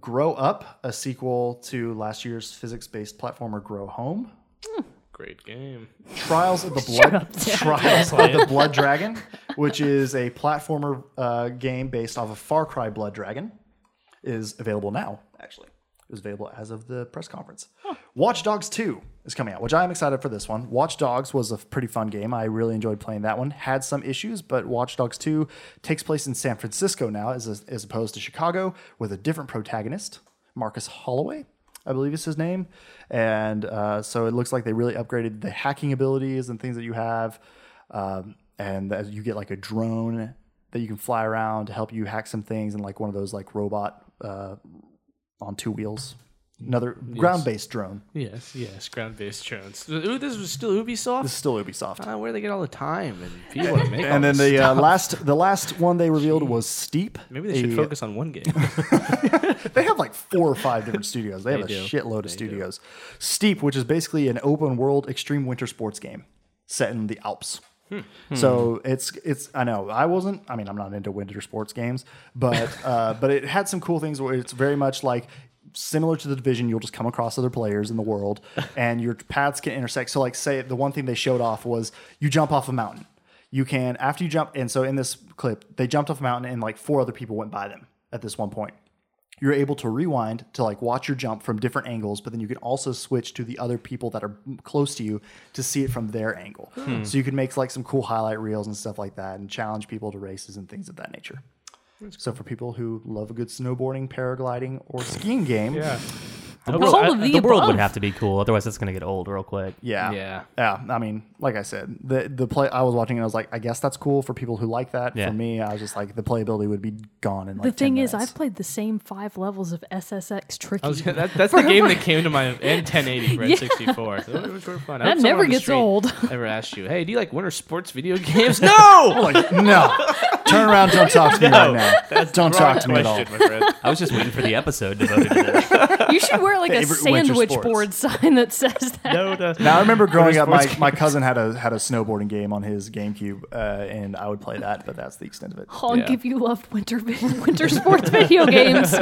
grow up a sequel to last year's physics-based platformer grow home
Great game.
Trials of the Blood Trials of the Blood Dragon, which is a platformer uh, game based off of Far Cry Blood Dragon, is available now. Actually, it was available as of the press conference. Watch Dogs Two is coming out, which I am excited for. This one, Watch Dogs, was a pretty fun game. I really enjoyed playing that one. Had some issues, but Watch Dogs Two takes place in San Francisco now, as as opposed to Chicago, with a different protagonist, Marcus Holloway. I believe is his name. And uh, so it looks like they really upgraded the hacking abilities and things that you have. Um, and that you get like a drone that you can fly around to help you hack some things and like one of those like robot uh, on two wheels. Another ground based drone.
Yes, yes, ground based drones. Ooh, this was still Ubisoft.
This is still Ubisoft.
Ah, where do they get all the time and people to make all
and then
this
the uh,
stuff?
last the last one they revealed was Steep.
Maybe they should
a-
focus on one game.
They have like four or five different studios. They have a shitload of studios. Steep, which is basically an open world extreme winter sports game set in the Alps. So it's it's I know I wasn't I mean I'm not into winter sports games but uh, but it had some cool things where it's very much like similar to the division you'll just come across other players in the world and your paths can intersect so like say the one thing they showed off was you jump off a mountain you can after you jump and so in this clip they jumped off a mountain and like four other people went by them at this one point you're able to rewind to like watch your jump from different angles, but then you can also switch to the other people that are close to you to see it from their angle. So you can make like some cool highlight reels and stuff like that and challenge people to races and things of that nature. So for people who love a good snowboarding, paragliding, or skiing game, yeah,
The,
Well,
world,
all of
I-
the
the world would
above.
have to be cool, otherwise it's going to get old real quick.
yeah,
Yeah.
I mean, like I said, the the play I was watching and I was like, I guess that's cool for people who like that.
Yeah.
For me, I was just like, the playability would be gone. In like
the
10
thing is,
minutes.
I've played the same five levels of SSX Tricky.
I was gonna, that, that's the game that came to my and 1080 for
Yeah.
N64. So it was- it was fun. I
That
hope someone
never
on the
gets
street
old.
Ever asked you, hey, do you like winter sports video games? no,
like, no, turn around, don't talk to me right now. Don't talk to me at all.
Question, my friend.
I was just waiting for the episode devoted to this.
you should wear like a
Favorite winter
sandwich
sports.
board sign that says that.
No, no.
Now I remember growing up, my,
sports
my cousin had a had a snowboarding game on his GameCube, uh, and I would play that, but that's the extent of it.
Honk
Yeah.
if you loved winter vi- winter sports video games.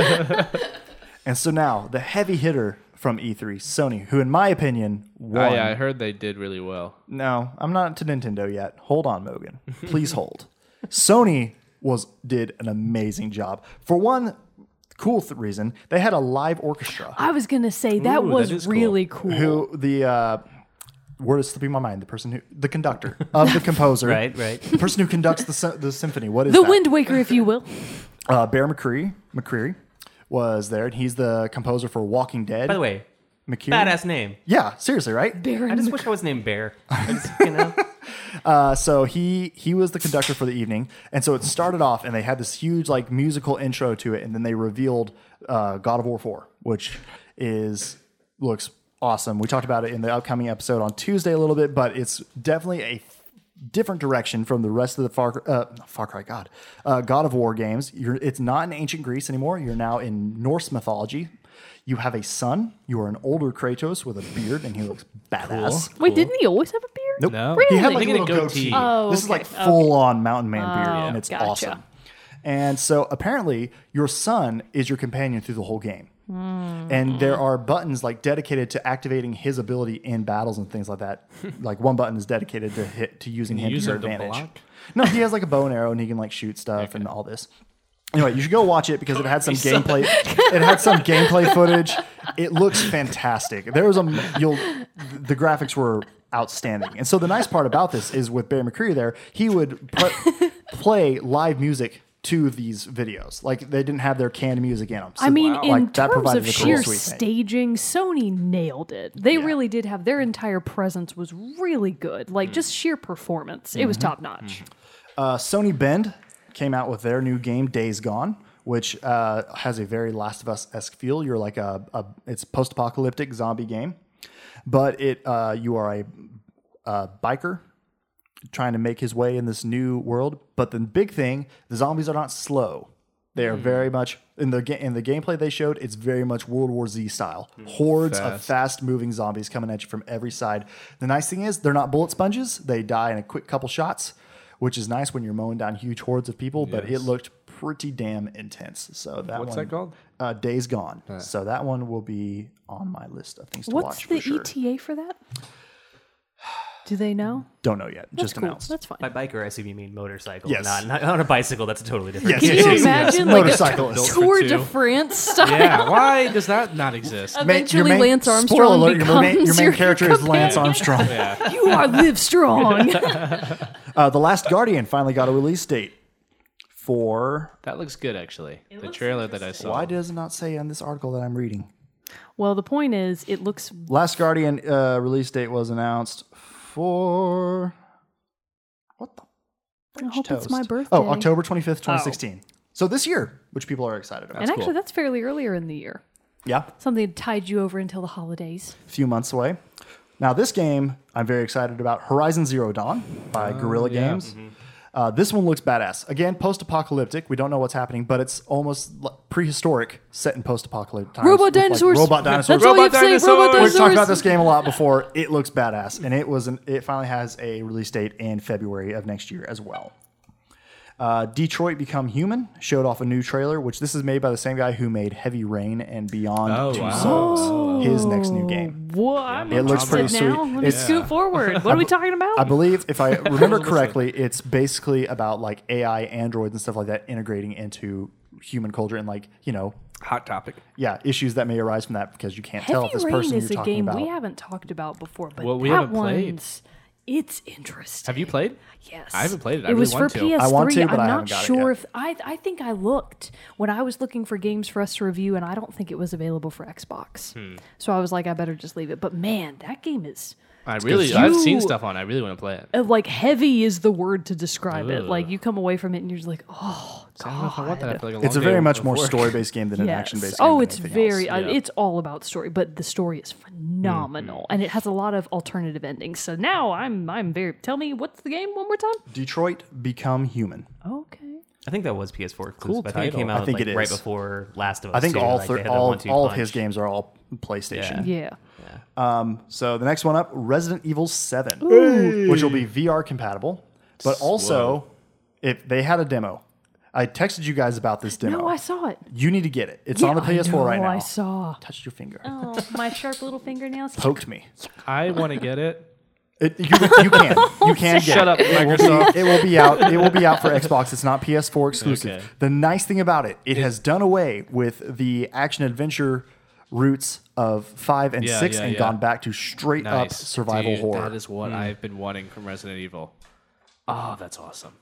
And so now the heavy hitter from E3, Sony, who in my opinion won.
Oh, yeah, I heard they did really well.
No, I'm not to Nintendo yet. Hold on, Mogan. Please hold. Sony was did an amazing job. For one cool th- reason, they had a live orchestra.
I was gonna say that
Ooh, that
was
is cool.
really cool.
Who the uh, word is slipping my mind. The person who the conductor of the composer,
Right, right.
The person who conducts the sym- the symphony. What is
The
that?
Wind Waker, if you will.
uh, Bear McCreary, McCreary was there, and he's the composer for Walking Dead.
By the way,
McCreary.
badass name.
Yeah, seriously, right?
I just wish I was named Bear. I just, you know,
Uh, so he he was the conductor for the evening, and so it started off, and they had this huge like musical intro to it, and then they revealed uh, God of War Four, which is looks awesome. We talked about it in the upcoming episode on Tuesday a little bit, but it's definitely a different direction from the rest of the Far uh, not Far Cry God uh, God of War games. You're, it's not in ancient Greece anymore. You're now in Norse mythology. You have a son. You are an older Kratos with a beard, and he looks badass.
Wait, didn't he always have a beard?
Nope.
No.
He had
Really?
like a
Look at
little
the
goatee.
goatee.
Oh,
this is like
okay.
full on mountain man beard,
Oh,
and it's
gotcha.
awesome. And so apparently, your son is your companion through the whole game.
Hmm.
And there are buttons like dedicated to activating his ability in battles and things like that. like one button is dedicated to hit to using him
use
to your
it to
advantage.
block?
No, he has like a bow and arrow, and he can like shoot stuff and all this. Anyway, you should go watch it because it had some gameplay. It had some gameplay footage. It looks fantastic. There was a you'll the graphics were outstanding. And so the nice part about this is with Barry McCreary there, he would pl- play live music to these videos. Like they didn't have their canned music in them. So,
I mean, in
like, that
terms
provided
of
a cool
sheer
sweet thing.
staging, Sony nailed it. They really did have their entire presence was really good. Like
Mm.
just sheer performance, it
Mm-hmm.
was top notch.
Uh, Sony Bend came out with their new game Days Gone, which uh, has a very Last of Us esque feel. You're like a, a it's a post apocalyptic zombie game, but it uh, you are a, a biker trying to make his way in this new world. But the big thing, the zombies are not slow. They
Hmm.
are very much in the ga- in the gameplay they showed. It's very much World War Z style,
Hmm.
hordes of fast moving zombies coming at you from every side. The nice thing is they're not bullet sponges; they die in a quick couple shots, which is nice when you're mowing down huge hordes of people. But it looked pretty damn intense. So that
What's
one-
that called?
Uh, Days Gone. So that one will be on my list of things to
What's
watch.
the
for sure.
ETA for that? Do they know?
Don't know yet. just
cool.
announced.
That's fine.
by biker, I assume you mean motorcycle.
Yes.
Not, not on a bicycle. That's totally
Yes,
different.
Can
yes,
you
yes, yes.
imagine like a
Motorcyclist.
Tour de
two.
France style?
Yeah, why does that not exist?
Ma- your
Eventually,
main-
Lance
spoiler
Armstrong
alert, your
becomes
main- your main, character is Lance
companion.
Armstrong.
You are live strong.
Uh, the Last Guardian finally got a release date for.
That looks good, actually. the trailer that I saw.
Why does it not say on this article that I'm reading?
Well, the point is, it looks
Last Guardian uh, release date was announced for what the?
I hope
toast?
it's my birthday.
Oh, October twenty fifth, twenty sixteen. So this year, which people are excited about.
and actually, that's fairly earlier in the year.
yeah,
Something that tied you over until the holidays.
a few months away. Now this game, I'm very excited about Horizon Zero Dawn by Guerrilla Games. Uh, this one looks badass. Again, post-apocalyptic. We don't know what's happening, but it's almost l- prehistoric, set in post-apocalyptic times.
Robot
with, like,
dinosaurs.
robot dinosaurs.
That's all you have
Robot
to say. Robot
dinosaurs.
We've
dinosaurs.
talked about this game a lot before. It looks badass, and it was an, it finally has a release date in February of next year as well. Uh, Detroit Become Human showed off a new trailer, which this is made by the same guy who made Heavy Rain and Beyond Two Souls, his next
Oh.
new game.
Whoa, I'm
It looks pretty
interested now.
sweet.
Let me
It's-
scoot forward. What are we talking about?
I believe, if I remember correctly, it's basically about like AI androids and stuff like that integrating into human culture and like you know,
Hot topic.
yeah, issues that may arise from that because you can't tell
Heavy
if this
Rain
person
is
you're
a
talking
game
about.
we haven't talked about before, but
Well, we
that
haven't played.
one's it's interesting.
Have you played?
Yes,
I haven't played it. I
it
really
was
want
for
to.
PS3.
I want to, but I
am
haven't
not
got it
sure
yet.
if I. I think I looked when I was looking for games for us to review, and I don't think it was available for Xbox.
Hmm.
So I was like, I better just leave it. But man, that game is
I really.
good.
I've
You-
seen stuff on. it. I really want to play it.
uh, like heavy is the word to describe it. Like you come away from it and you're just like, oh
I don't know if I want that. I
god.
feel like a
It's a
long
very
day
much
of
more
work.
story-based game than an
Yes.
action-based. game
Oh,
than
it's
anything else.
very. uh,
Yeah. Mm-hmm.
It's all about story, but the story is phenomenal, and it has a lot of alternative endings. So now I'm. I'm very. Tell me what's the game one more time.
Detroit Become Human.
Okay.
I think that was PS4. exclusive.
Cool
I think it
title.
came out
I think
like,
it
right
is.
before Last of Us.
I think
too,
all
like,
thir-
they had that
all,
one-two
all of
punch.
his games are all PlayStation.
Yeah.
So the next one up, Resident Evil Seven, which will be VR compatible, but also if they had a demo. I texted you guys about this demo.
No, I saw it.
you need to get it. It's
Yeah,
on the PS4
I know,
right now.
I saw.
Touched your finger.
Oh, my sharp little fingernails.
Poked me.
I want to get it.
It, you, you can.
Oh,
You can get it.
Shut up,
It will, be, it will be out. It will be out for Xbox. It's not PS4 exclusive.
Okay.
The nice thing about it, it has done away with the action adventure roots of five and
Yeah,
six,
yeah,
and
yeah.
gone back to straight up
Nice.
survival
Dude,
horror.
That is what I've been wanting from Resident Evil. Oh, that's awesome.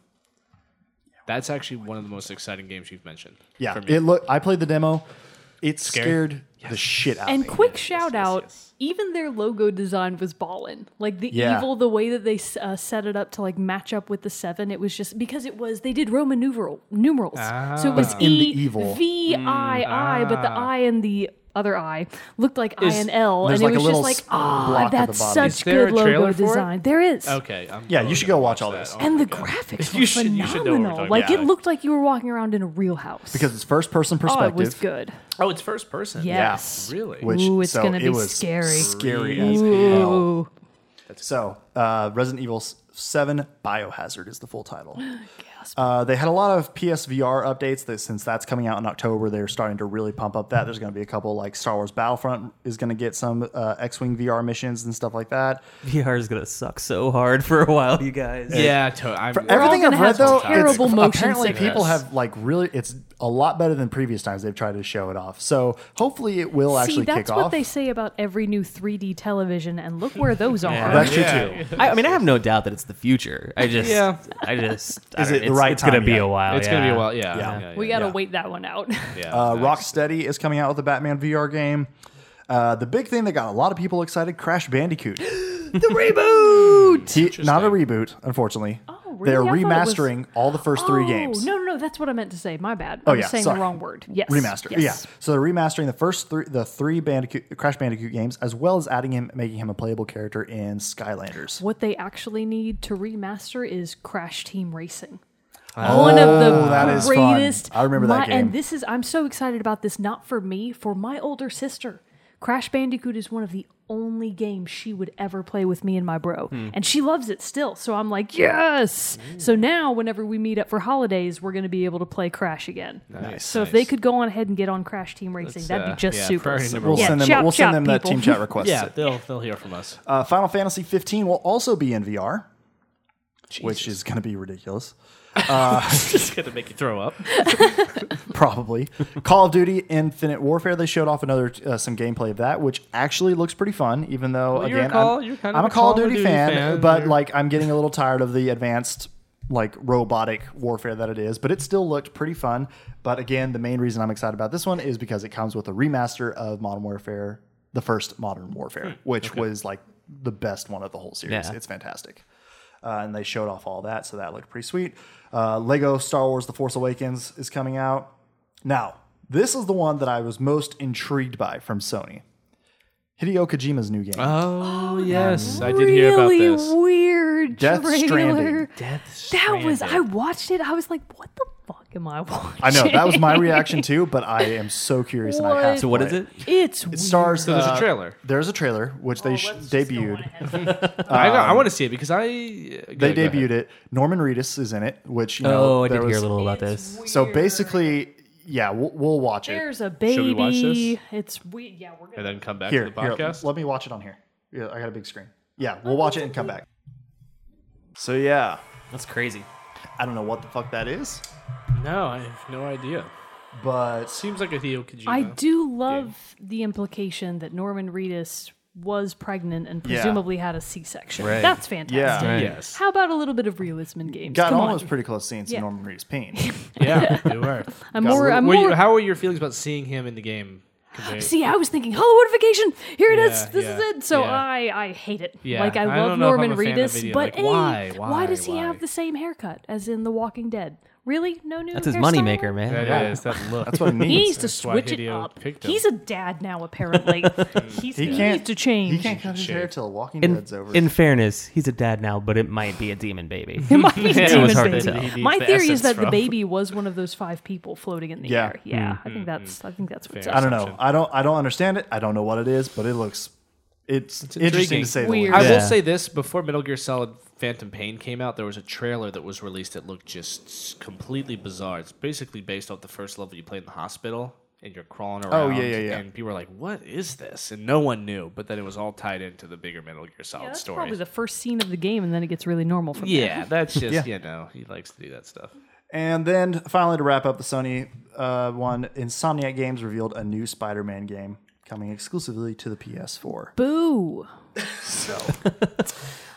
That's actually one of the most exciting games you've mentioned.
yeah,
for me.
it look. I played the demo. It scared the shit out
And
of me.
quick shout out, even their logo design was ballin'. Like the
Yeah.
evil, the way that they s- uh, set it up to like match up with the seven, it was just because it was they did Roman numeral numerals, so it was
It's Ah. in the
E
evil. Mm, ah.
V I I, but the I and the other I looked like I and L, and
there's
it
like a
was just
little
like,
s- block
ah,
at the
that's
bottom."
such
Is there a
good logo
trailer for it?
design. There is.
Okay. I'm
Yeah, you should go watch all this.
And the graphics were
You should- you
phenomenal.
should know what we're talking
like
about.
it looked like you were walking around in a real house.
because it's first person
oh,
perspective.
it was good.
Oh, it's first person.
Yes.
Really?
Which
Ooh, it's
so
gonna
it
be
was
scary.
Scary as hell.
Ooh.
So, uh, Resident Evil s- 7 Biohazard is the full title. Uh, they had a lot of PSVR updates that since that's coming out in October, they're starting to really pump up that. There's going to be a couple like Star Wars Battlefront is going to get some uh, X-wing VR missions and stuff like that.
VR is gonna suck so hard for a while, you guys.
Yeah. To- I'm,
For everything
gonna
I've read
have
though,
terrible
it's,
motion
apparently
sickness.
people have like really it's a lot better than previous times they've tried to show it off. So hopefully it will
See,
actually
that's
kick
what
off.
they say about every new 3D television, and look where those are.
that's true
Yeah.
too.
I, I mean, I have no doubt that it's the future. I just,
Yeah.
I just,
Is it the
it's,
right
It's gonna
time
be
yet?
a while.
It's
yeah.
gonna be a while. Yeah.
Yeah.
we gotta
yeah.
wait that one out.
Yeah.
Uh, Rocksteady is coming out with a Batman VR game. Uh, the big thing that got a lot of people excited: Crash Bandicoot. the reboot. not a reboot, unfortunately.
Oh,
They're
really? I thought it was-
remastering all the first three
Oh,
games.
No, no, no, that's what I meant to say. My bad.
Oh,
I was
yeah,
saying
sorry.
the wrong word. Yes.
Remaster,
Yes.
yeah. So they're remastering the first three, the three Bandicoot, Crash Bandicoot games, as well as adding him, making him a playable character in Skylanders.
What they actually need to remaster is Crash Team Racing. One of the
Oh, that is fun.
greatest.
I remember that
my-
game.
And this is, I'm so excited about this, not for me, for my older sister. Crash Bandicoot is one of the only games she would ever play with me and my bro.
Hmm.
And she loves it still. So I'm like, yes. So now, whenever we meet up for holidays, we're going to be able to play Crash again. Nice. So if they could go on ahead and get on Crash Team Racing, that'd
uh,
be just
yeah,
super.
priority number
We'll
Yeah,
send them.
chop,
we'll send
chop,
them that
people.
team chat request.
yeah. They'll they'll hear from us.
Uh, Final Fantasy 15 will also be in VR, which is going to be ridiculous.
Just gonna make you throw up.
probably call of duty infinite warfare they showed off another uh, some gameplay of that which actually looks pretty fun even though
you're a
again
Call-
i'm,
you're kind
I'm
of
a
a
call of
Call of
duty,
Duty
fan,
fan.
but
You're-
like i'm getting a little tired of the advanced like robotic warfare that it is, but it still looked pretty fun. But again, the main reason I'm excited about this one is because it comes with a remaster of Modern Warfare, the first Modern Warfare, which was like the best one of the whole series.
Yeah.
It's fantastic. Uh, and they showed off all that, so that looked pretty sweet. Uh, Lego Star Wars The Force Awakens is coming out. Now, this is the one that I was most intrigued by from Sony Hideo Kojima's new game.
Oh, yes, I did
really
hear about this.
weird
Death
trailer.
Stranding.
that was. I watched it. I was like, what the fuck am I watching?
I know that was my reaction too, but I am so curious and I have
What?
to
So what
play
is it?
It's
It stars.
There's
uh,
a trailer.
There's a trailer which they sh- debuted.
I, got- I want to see it because I. uh, go-
um, They
go ahead.
debuted it. Norman Reedus is in it, which you know.
Oh, I
there
did hear a
was-
little about this.
So basically, yeah, we'll, we'll watch it
There's a
Should we watch
baby.
this?
It's weird. Yeah, we're
And
gonna.
then come back
here.
to the
here,
podcast.
let me watch it on here. Yeah, I got a big screen. Yeah, we'll watch it and come back. Oh, So yeah,
That's crazy.
I don't know what the fuck that is,
no, I have no idea.
but
Seems like a Hideo Kojima.
I do love the implication that Norman Reedus was pregnant and
Yeah.
presumably had a C-section. That's fantastic.
yeah,
Yes.
How about a little bit of realism in games?
got
Come
almost
on.
pretty close seeing some
Yeah.
Norman Reedus pain.
Yeah, they were.
I'm more. I'm
Were you-
more.
how were your feelings about seeing him in the game? compared-
See, I was thinking Hollywood vacation. Here it is.
Yeah,
This
yeah,
is it. So
yeah.
I, I hate it.
Yeah,
Like I,
I
love
don't know if I'm
Norman
a fan of
Reedus,
video.
but
Like,
hey,
why? Why?
does he
Why?
have the same haircut as in The Walking Dead? Really? No new.
That's his
hairstyle?
moneymaker, man.
That is, that look.
That's what it
He
means.
needs to
why
switch it
Hideo
up.
picked him.
He's a dad now, apparently. He's, he,
can't-
needs to change.
He can't cut his hair till Walking
In,
Dead's over.
in fairness, he's a dad now, but it might be a demon baby.
It might be Demon
was hard to
Baby.
tell. He
needs
My
the
theory
essence
is that the
from- Mm-hmm.
baby was one of those five people floating in the
Yeah.
air. Yeah, I think that's I think that's what's
Fair.
I
up.
don't know. I don't. I don't understand it. I don't know what it is, but it looks. It's, interesting
intriguing.
to say.
Weird.
The
I
least.
Yeah.
will say this: before Metal Gear Solid Phantom Pain came out, there was a trailer that was released that looked just s- completely bizarre. It's basically based off the first level you play in the hospital, and you're crawling
Oh,
around.
yeah, yeah, yeah.
And people were like, "What is this?" And no one knew. But then it was all tied into the bigger Metal Gear Solid
Yeah, that's
story.
probably the first scene of the game, and then it gets really normal from there.
yeah, that's just
Yeah.
you know he likes to do that stuff.
Uh,
And then finally, to wrap up the Sony uh, one, Insomniac Games revealed a new Spider-Man game coming exclusively to the PS4.
Boo.
So,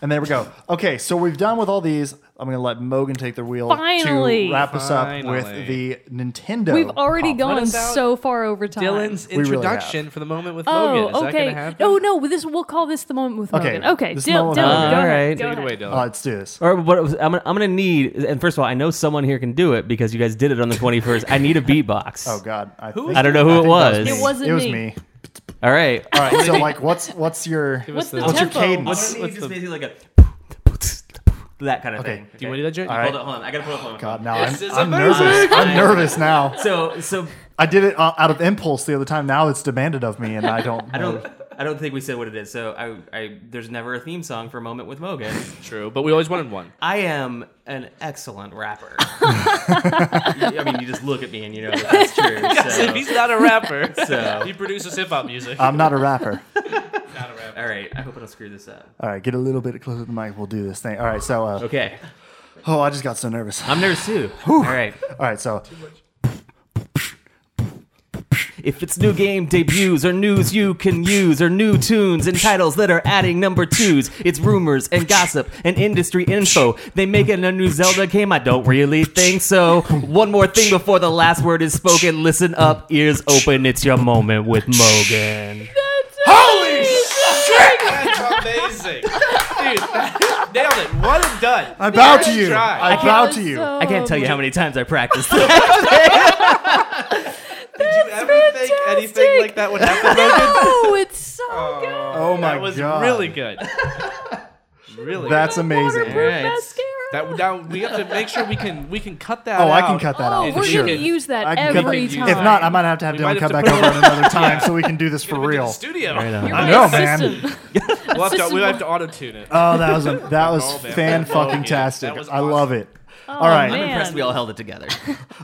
and there we go. Okay, so we've done with all these. I'm going to let Mogan take the wheel
Finally.
to wrap us up with
Finally.
the Nintendo.
We've already
conference.
gone
us out
so far over time.
Dylan's
really
introduction
have.
for the moment with Logan. Is
Oh,
that going
okay.
to happen?
No, no. This we'll call this the moment with
Okay,
Logan. Okay,
this
Dylan.
moment with
Dylan,
Logan.
go
All
ahead, go
right.
Take it
ahead.
away, Dylan.
Uh, let's do this.
Or what? I'm gonna, I'm gonna need. And first of all, I know someone here can do it because you guys did it on the 21st. I need a beatbox.
Oh God, I, think-
I don't know who it
I
was.
think
It wasn't
It was
me.
me.
All right.
All right. So like, what's what's your
What's the
what's your
tempo?
cadence?
I'm gonna need just basically like a that kind of
Okay.
thing.
Do you want to do that, Jay?
All right.
Hold on, hold on. I gotta put up on my
God,
phone.
now I'm,
This is
I'm nervous.
amazing.
I'm nervous now.
So, so
I did it uh, out of impulse the other time. Now it's demanded of me, and I don't.
I don't, I don't think we said what it is. So, I, I, there's never a theme song for a moment with Mogan.
True, but we always wanted one.
I am an excellent rapper. I mean, you just look at me and you know that that's true. So,
He's not a rapper. Uh,
so,
he produces hip hop music.
I'm not a rapper.
all right. I hope I don't screw this up.
All right, get a little bit closer to the mic. We'll do this thing. All right, so uh,
Okay,
oh, I just got so nervous. All
I'm nervous too. All right.
right, so
If it's new game debuts or news you can use or new tunes and titles that are adding number twos, it's rumors and gossip and industry info. They make it a new Zelda game? I don't really think so. One more thing before the last word is spoken. Listen up, ears open. It's your moment with Mogan.
That's amazing. Dude, that- nailed it. What a done.
I bow to you.
try.
I bow to you.
I can't tell you how many times I practiced.
Did you ever think anything like that would happen? Logan?
Oh, it's so good.
Oh my
That was
god,
really good. Really
That's amazing.
Waterproof
Alright.
mascara.
good. That now we have to make sure we can we can cut that
Oh,
out.
I can cut that
oh,
out
we're
for sure.
gonna use that
I can cut
every
that-
time.
If not, I might have to have
We
Dylan
might
come back
have to
over
put
at another time so we can do this for
The
real.
studio.
You're
I
my
know, man.
assistant.
We'll have to
Assistant
we'll have
will-
to auto tune it.
Oh, that was a, that was
Oh, man.
fan fucking
That
tastic.
was
I love
awesome.
it. all right,
Oh, man.
Impressed we all held it together.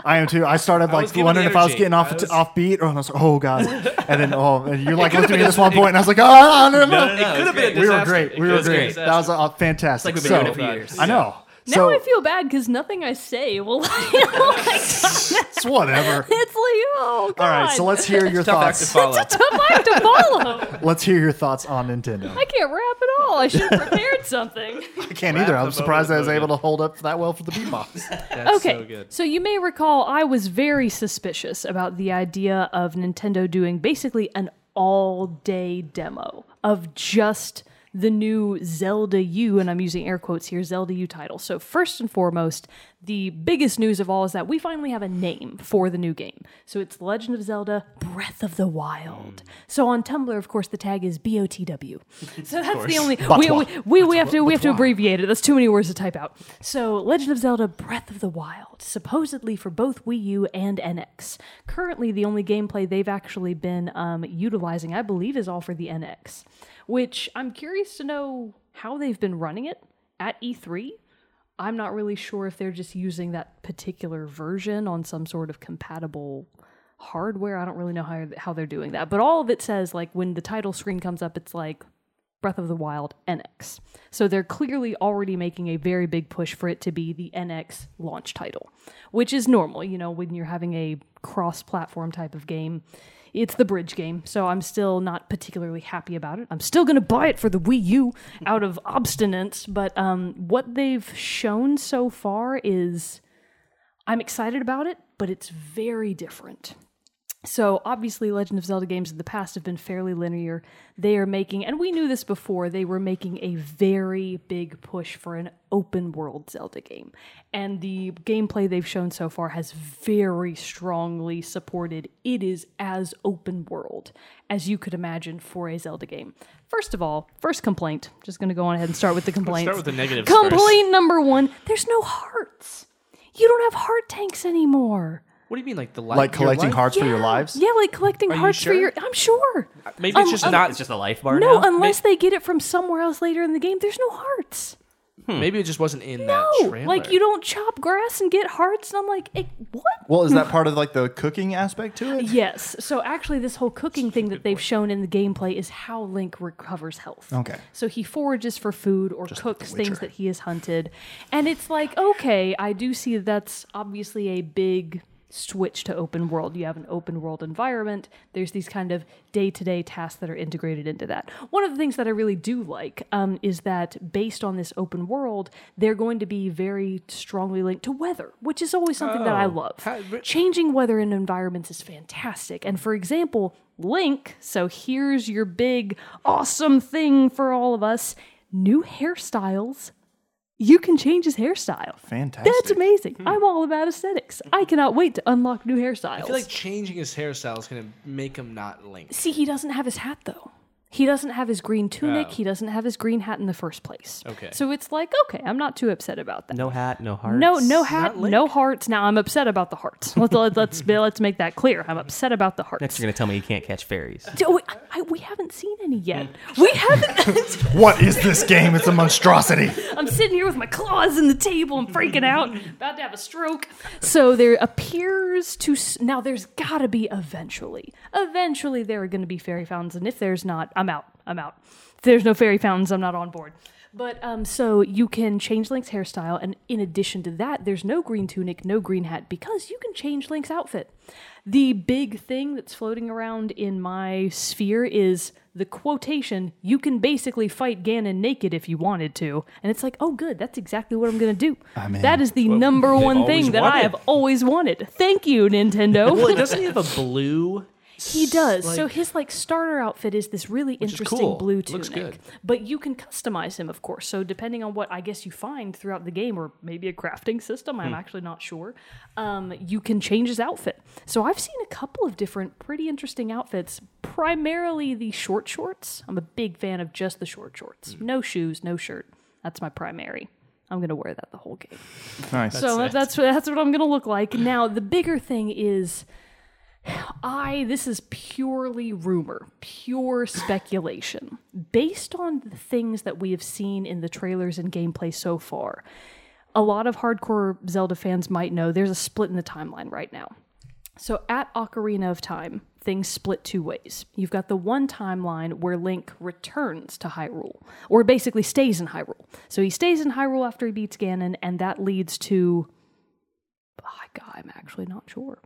I am too. I started like
was given
wondering if I was
energy.
getting off
I was-
off beat, or and I was like, oh god, and then oh, and you're like looked at me at this one point, and I was like, oh, no, no, no.
It could have been a
we were
disaster.
great.
It
We were
could've been a
great. That was
disaster.
uh, fantastic.
It's like we've been
so,
doing it for years.
I know.
Now
So-
I feel bad because nothing I say will. Like, oh my God.
It's whatever.
It's like, oh God.
All right, so let's hear your
Tough act to
thoughts.
follow.
Tough act to follow.
Let's hear your thoughts on Nintendo.
I can't rap at all. I should have prepared something.
I can't either. I'm surprised I was able to hold up that well for the beatbox.
okay. So, you may recall I was very suspicious about the idea of Nintendo doing basically an all day demo of just the new Zelda U, and I'm using air quotes here, Zelda U title. So, first and foremost, the biggest news of all is that we finally have a name for the new game. So, it's Legend of Zelda Breath of the Wild. So, on Tumblr, of course, the tag is BOTW. So, that's the only. We, we, we, we have to we have to abbreviate it. That's too many words to type out. So, Legend of Zelda: Breath of the Wild, supposedly for both Wii U and NX. Currently, the only gameplay they've actually been um, utilizing, I believe, is all for the NX. Which I'm curious to know how they've been running it at E3. I'm not really sure if they're just using that particular version on some sort of compatible hardware. I don't really know how how they're doing that. But all of it says like when the title screen comes up, it's like Breath of the Wild NX. So they're clearly already making a very big push for it to be the NX launch title, which is normal, you know, when you're having a cross platform type of game. It's the bridge game, so I'm still not particularly happy about it. I'm still going to buy it for the Wii U out of obstinance, but um, what they've shown so far is I'm excited about it, but it's very different. So obviously, Legend of Zelda games in the past have been fairly linear. They are making, and we knew this before, they were making a very big push for an open world Zelda game. And the gameplay they've shown so far has very strongly supported it is as open world as you could imagine for a Zelda game. First of all, first complaint, just going to go on ahead and start with the complaints.
Start with the negatives first.
Complaint number one: There's no hearts. You don't have heart tanks anymore.
What do you mean, like the light?
Like
your
collecting
life?
hearts for your lives.
Yeah, like collecting hearts
sure?
for your. I'm sure.
Maybe it's just not.
It's just a life bar
No,
now.
unless they get it from somewhere else later in the game. There's no hearts.
Maybe it just wasn't in that
No,
trailer.
like you don't chop grass and get hearts. And I'm like, eh, what?
Well, is that part of like the cooking aspect to it?
Yes. So actually, this whole cooking thing that they've shown in the gameplay is how Link recovers health.
Okay.
So he forages for food or cooks things that he has hunted. And it's like, okay, I do see that's obviously a big switch to open world. You have an open world environment. There's these kind of day to day tasks that are integrated into that. One of the things that I really do like um, is that based on this open world, they're going to be very strongly linked to weather, which is always something that I love. Changing weather in environments is fantastic. And for example, Link, so here's your big awesome thing for all of us new hairstyles. You can change his hairstyle.
Fantastic.
That's amazing. I'm all about aesthetics. I cannot wait to unlock new hairstyles.
Hmm. I feel like changing his hairstyle is going to make him not link.
See, he doesn't have his hat though. He doesn't have his green tunic. He doesn't have his green hat in the first place.
Oh. Okay.
So it's like, okay, I'm not too upset about that.
No hat, no heart.
No, no hat, no hearts. Now I'm upset about the hearts. Let's let's let's, let's make that clear. I'm upset about the hearts.
Next, you're gonna tell me you can't catch fairies.
Do we, I, we haven't seen any yet. We haven't.
What is this game? It's a monstrosity.
I'm sitting here with my claws in the table. I'm freaking out. About to have a stroke. So there appears to. s- Now there's got to be eventually. Eventually there are going to be fairy fountains. And if there's not, I'm out. I'm out. If there's no fairy fountains, I'm not on board. But um, so you can change Link's hairstyle. And in addition to that, there's no green tunic, no green hat, because you can change Link's outfit. The big thing that's floating around in my sphere is the quotation, you can basically fight Ganon naked if you wanted to. And it's like, oh, good, that's exactly what I'm going to do. That is the number one thing that I have always wanted. Thank you, Nintendo.
Well, doesn't he have a blue?
He does. so his like starter outfit is this really interesting
cool.
blue tunic.
Looks good.
But you can customize him, of course. So depending on what I guess you find throughout the game, or maybe a crafting system, I'm actually not sure. Um, you can change his outfit. So I've seen a couple of different pretty interesting outfits. Primarily the short shorts. I'm a big fan of just the short shorts. No shoes, no shirt. That's my primary. I'm gonna wear that the whole game.
Nice.
So that's that's, that's what I'm gonna look like. Now the bigger thing is, I this is purely rumor, pure speculation, based on the things that we have seen in the trailers and gameplay so far. A lot of hardcore Zelda fans might know there's a split in the timeline right now. So at Ocarina of Time, things split two ways. You've got the one timeline where Link returns to Hyrule, or basically stays in Hyrule. So he stays in Hyrule after he beats Ganon, and that leads to. Oh, God, I'm actually not sure.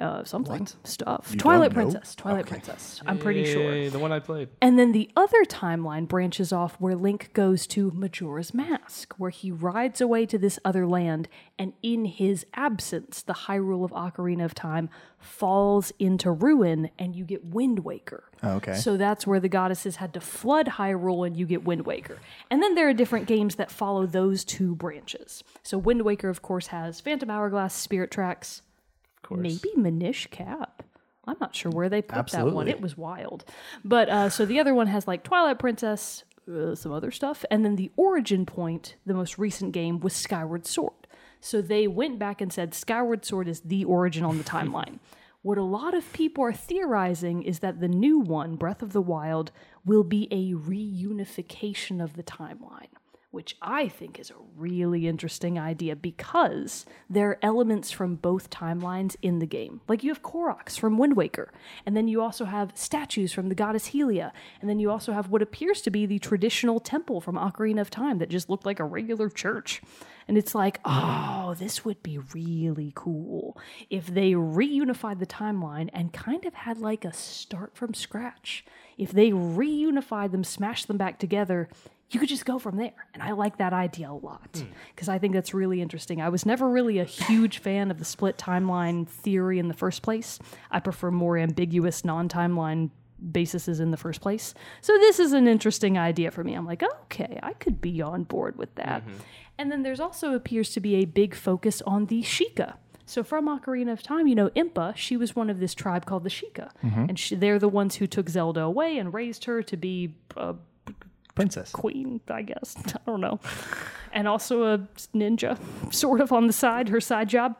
Uh, something stuff. Twilight
know?
Princess. Twilight Princess. I'm pretty sure.
Hey, the one I played.
And then the other timeline branches off where Link goes to Majora's Mask, where he rides away to this other land, and in his absence, the Hyrule of Ocarina of Time falls into ruin, and you get Wind Waker.
Okay.
So that's where the goddesses had to flood Hyrule, and you get Wind Waker. And then there are different games that follow those two branches. So Wind Waker, of course, has Phantom Hourglass, Spirit Tracks, maybe Manish Cap. I'm not sure where they put that one.
Absolutely.
It was wild. But uh, so the other one has like Twilight Princess, uh, some other stuff, and then the origin point, the most recent game, was Skyward Sword. So they went back and said Skyward Sword is the origin on the timeline. what a lot of people are theorizing is that the new one, Breath of the Wild, will be a reunification of the timeline which I think is a really interesting idea because there are elements from both timelines in the game. Like you have Koroks from Wind Waker, and then you also have statues from the goddess Helia, and then you also have what appears to be the traditional temple from Ocarina of Time that just looked like a regular church. And it's like, oh, this would be really cool if they reunified the timeline and kind of had like a start from scratch. If they reunified them, smashed them back together, you could just go from there. And I like that idea a lot because I think that's really interesting. I was never really a huge fan of the split timeline theory in the first place. I prefer more ambiguous non timeline bases in the first place. So this is an interesting idea for me. I'm like, okay, I could be on board with that. And then there's also appears to be a big focus on the Sheikah. So from Ocarina of Time, you know, Impa, she was one of this tribe called the Sheikah. And she, they're the ones who took Zelda away and raised her to be a
Princess.
queen, I guess. I don't know. And also a ninja, sort of on the side, her side job.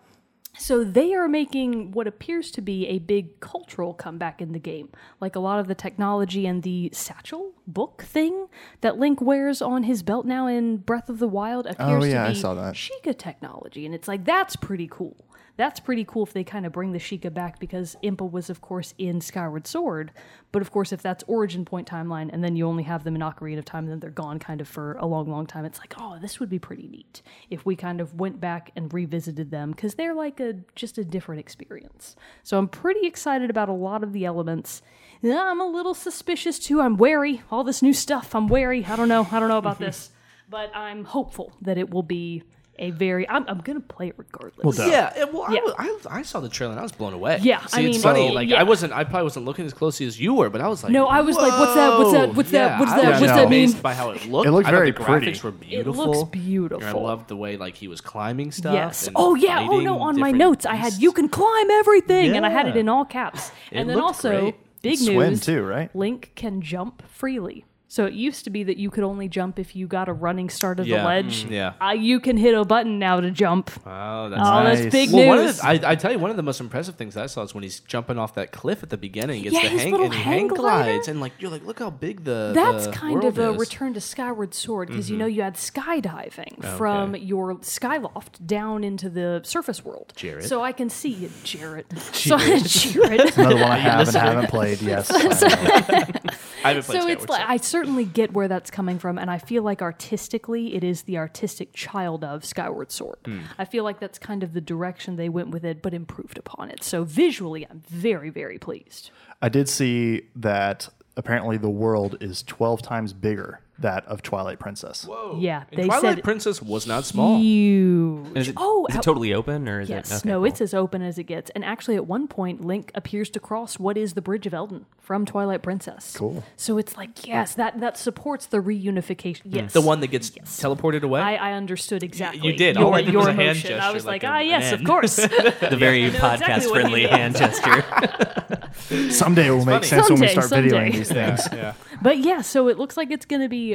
So they are making what appears to be a big cultural comeback in the game. Like a lot of the technology and the satchel book thing that Link wears on his belt now in Breath of the Wild appears
Oh, yeah,
to
I
be
saw that.
Sheikah technology. And it's like, that's pretty cool. That's pretty cool if they kind of bring the Sheikah back because Impa was, of course, in Skyward Sword. But of course, if that's origin point timeline and then you only have them in Ocarina of Time, then they're gone kind of for a long, long time. It's like, oh, this would be pretty neat if we kind of went back and revisited them because they're like a just a different experience. So I'm pretty excited about a lot of the elements. Yeah, I'm a little suspicious too. I'm wary. All this new stuff. I'm wary. I don't know. I don't know about this. But I'm hopeful that it will be a very. I'm, I'm going to play it regardless.
Yeah, it- well,
Yeah.
I, was- I, I saw the trailer and I was blown away.
Yeah,
See,
I
it's
mean,
funny.
so-
like
yeah.
I wasn't, I probably wasn't looking as closely as you were, but I was like,
No, I was like, what's that? What's that?
"Whoa."
What's
Yeah,
that? What's
I
that?
was
What's that mean?
amazed By how it looked,
It looked
I thought
very
the
pretty.
graphics were
It
beautiful.
looks
And I
beautiful.
loved the way like he was climbing stuff.
Yes.
and
Oh yeah. Oh
fighting
no. On my
different
notes, I had
beasts.
you can climb everything, and I had it
Yeah.
in all caps. and then
looked
also
great.
big
Swim
news
too, right?
Link can jump freely. So it used to be that you could only jump if you got a running start of the
Yeah.
ledge.
Mm, yeah.
Uh, you can hit a button now to jump.
Oh, that's
Oh,
Nice.
that's big
Well, one of
news.
the, I, I tell you, one of the most impressive things I saw is when he's jumping off that cliff at the beginning. It's
Yeah,
the
his
hang,
little
and he
hang
hang
glider.
glides, and like you're like, look how big the
that's
the
kind
world
of a
is.
return to Skyward Sword because you know you had skydiving from your skyloft down into the surface world. Jared. So I can see Jarrett. Jared. So, Jared.
Another one I have and haven't played. Uh, Yes.
I haven't played
so
Skyward
it's like I certainly get where that's coming from, and I feel like artistically it is the artistic child of Skyward Sword. I feel like that's kind of the direction they went with it, but improved upon it. So visually, I'm very very pleased.
I did see that apparently the world is 12 times bigger that of Twilight Princess.
yeah,
And
they
Twilight
said
Princess was not small.
huge.
And Is it,
Oh,
is
how-
it totally open or is
Yes,
it? okay,
no,
cool.
it's as open as it gets. And actually, at one point, Link appears to cross what is the Bridge of Elden from Twilight Princess. Cool. So it's like, yes, that that supports the reunification.
Hmm.
Yes,
The one that gets teleported away.
I, I understood exactly.
did. All
your,
I did
your
was a hand
emotion. I
gesture,
was like,
like a-
ah, yes,
an
of course.
the very
I know exactly what
podcast
you
friendly
mean.
hand gesture.
Someday it will make sense when we
Someday,
start
someday.
videoing these things.
but yeah, so it looks like it's going to be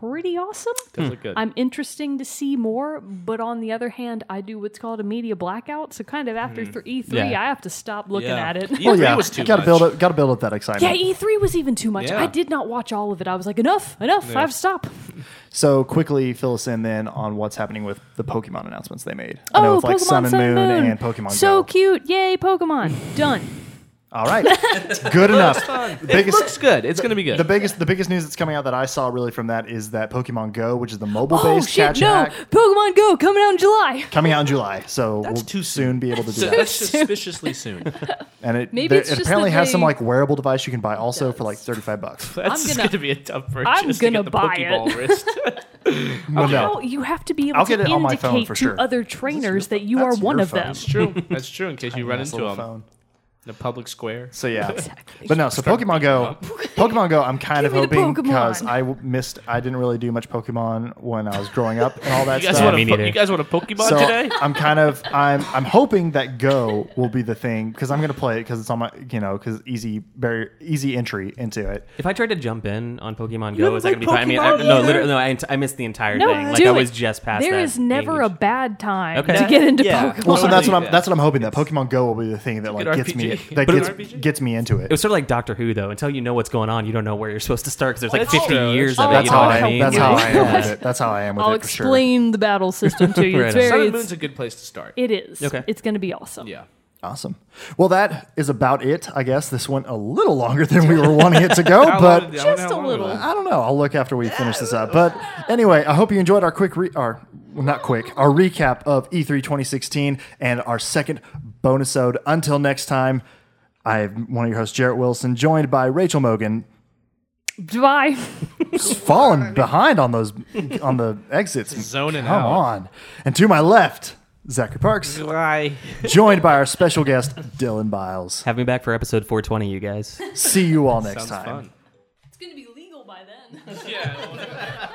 pretty awesome.
Hmm.
Does look good.
I'm interesting to see more, but on the other hand, I do what's called a media blackout. So kind of after th- E3,
Yeah.
I have to stop looking
Hmm. Yeah. E
at it.
E3
Well, Oh, yeah,
was too
gotta
much.
build up, gotta build up that excitement.
Yeah, E3 was even too much.
Yeah.
I did not watch all of it. I was like, enough, enough. I have to stop.
So quickly fill us in then on what's happening with the Pokemon announcements they made. I
Oh,
know with like
Pokemon
Sun and Moon,
Moon.
and Pokemon
so
Go.
cute. Yay, Pokemon. Done.
All right, good enough. The biggest,
Looks good. It's gonna be good.
the biggest, the biggest news that's coming out that I saw really from that is that Pokemon Go, which is the
Oh
mobile-based
shit!
catch
No,
hack,
Pokemon Go coming out in July.
coming out in July. So we'll
too
soon be able to do
So
that.
that's suspiciously soon.
And it,
Maybe
there-
it's
it
just
apparently
that
has some
they-
like wearable device you can buy also for like thirty-five bucks.
That's
gonna-
be a tough purchase.
I'm
to get
gonna
the
buy
Pokeball
it.
wrist.
Well,
No,
no,
you have to be able
I'll
to
get it
indicate
on my phone for
to
sure.
other trainers that you are
that's
one
your
of them.
That's true. That's true. In case you run
Nice
into
little
them
phone.
in a public square.
So yeah, but no. So Pokemon Go, Pokemon Go. I'm kind of
Give me the
hoping because
Pokemon.
I w- missed. I didn't really do much Pokemon when I was growing up and all that
You guys,
stuff.
want
me
a, po-
neither.
you guys want a Pokemon
so
today?
I'm kind of I'm I'm hoping that Go will be the thing because I'm gonna play it because it's on my you know because easy very easy entry into it.
If I tried to jump in on Pokemon
You
Go,
haven't
is that gonna be
played
fine? I mean, I,
Pokemon
no,
either?
literally, no. I, ent- I missed the entire
No,
thing. Like
do
I
it.
was just past.
There
that
is never a
age.
bad time
Okay.
to get into
Yeah.
Pokemon.
Well, so that's what I'm
yeah.
that's what I'm hoping that Pokemon Go will be the thing that like
Good
gets me
RPG.
that
But it
gets,
was-
gets me into it.
It was sort of like Doctor Who, though. Until you know what's going on, you don't know where you're supposed to start because there's like
That's
50
true.
years
Oh,
of it.
that's
you know
how
what
I,
I mean?
that's how I am with it. That's how I am with
I'll
it for sure.
explain the battle system to you. It's
Right
Sun
on.
very,
and Moon's
it's,
a good place to start.
it is.
Okay.
It's going to be awesome.
yeah.
Awesome. Well, that is about it, I guess. This went a little longer than we were wanting it to go,
How
but
long did- I wonder
just
how
a
long it was.
little.
I don't know. I'll look after we finish this up. But anyway, I hope you enjoyed our quick re- our well, not quick, our recap of E E3 2016 and our second bonus ode. Until next time, I'm one of your hosts, Jarrett Wilson, joined by Rachel Mogan.
Bye.
Falling behind on those on the exits.
Zoning
Come
out.
on. And to my left, Zachary Parks,
Why?
joined by our special guest, Dylan Biles.
Have me back for episode 420, you guys.
See you all next
Sounds
time.
fun.
It's going to be legal by then.
Yeah.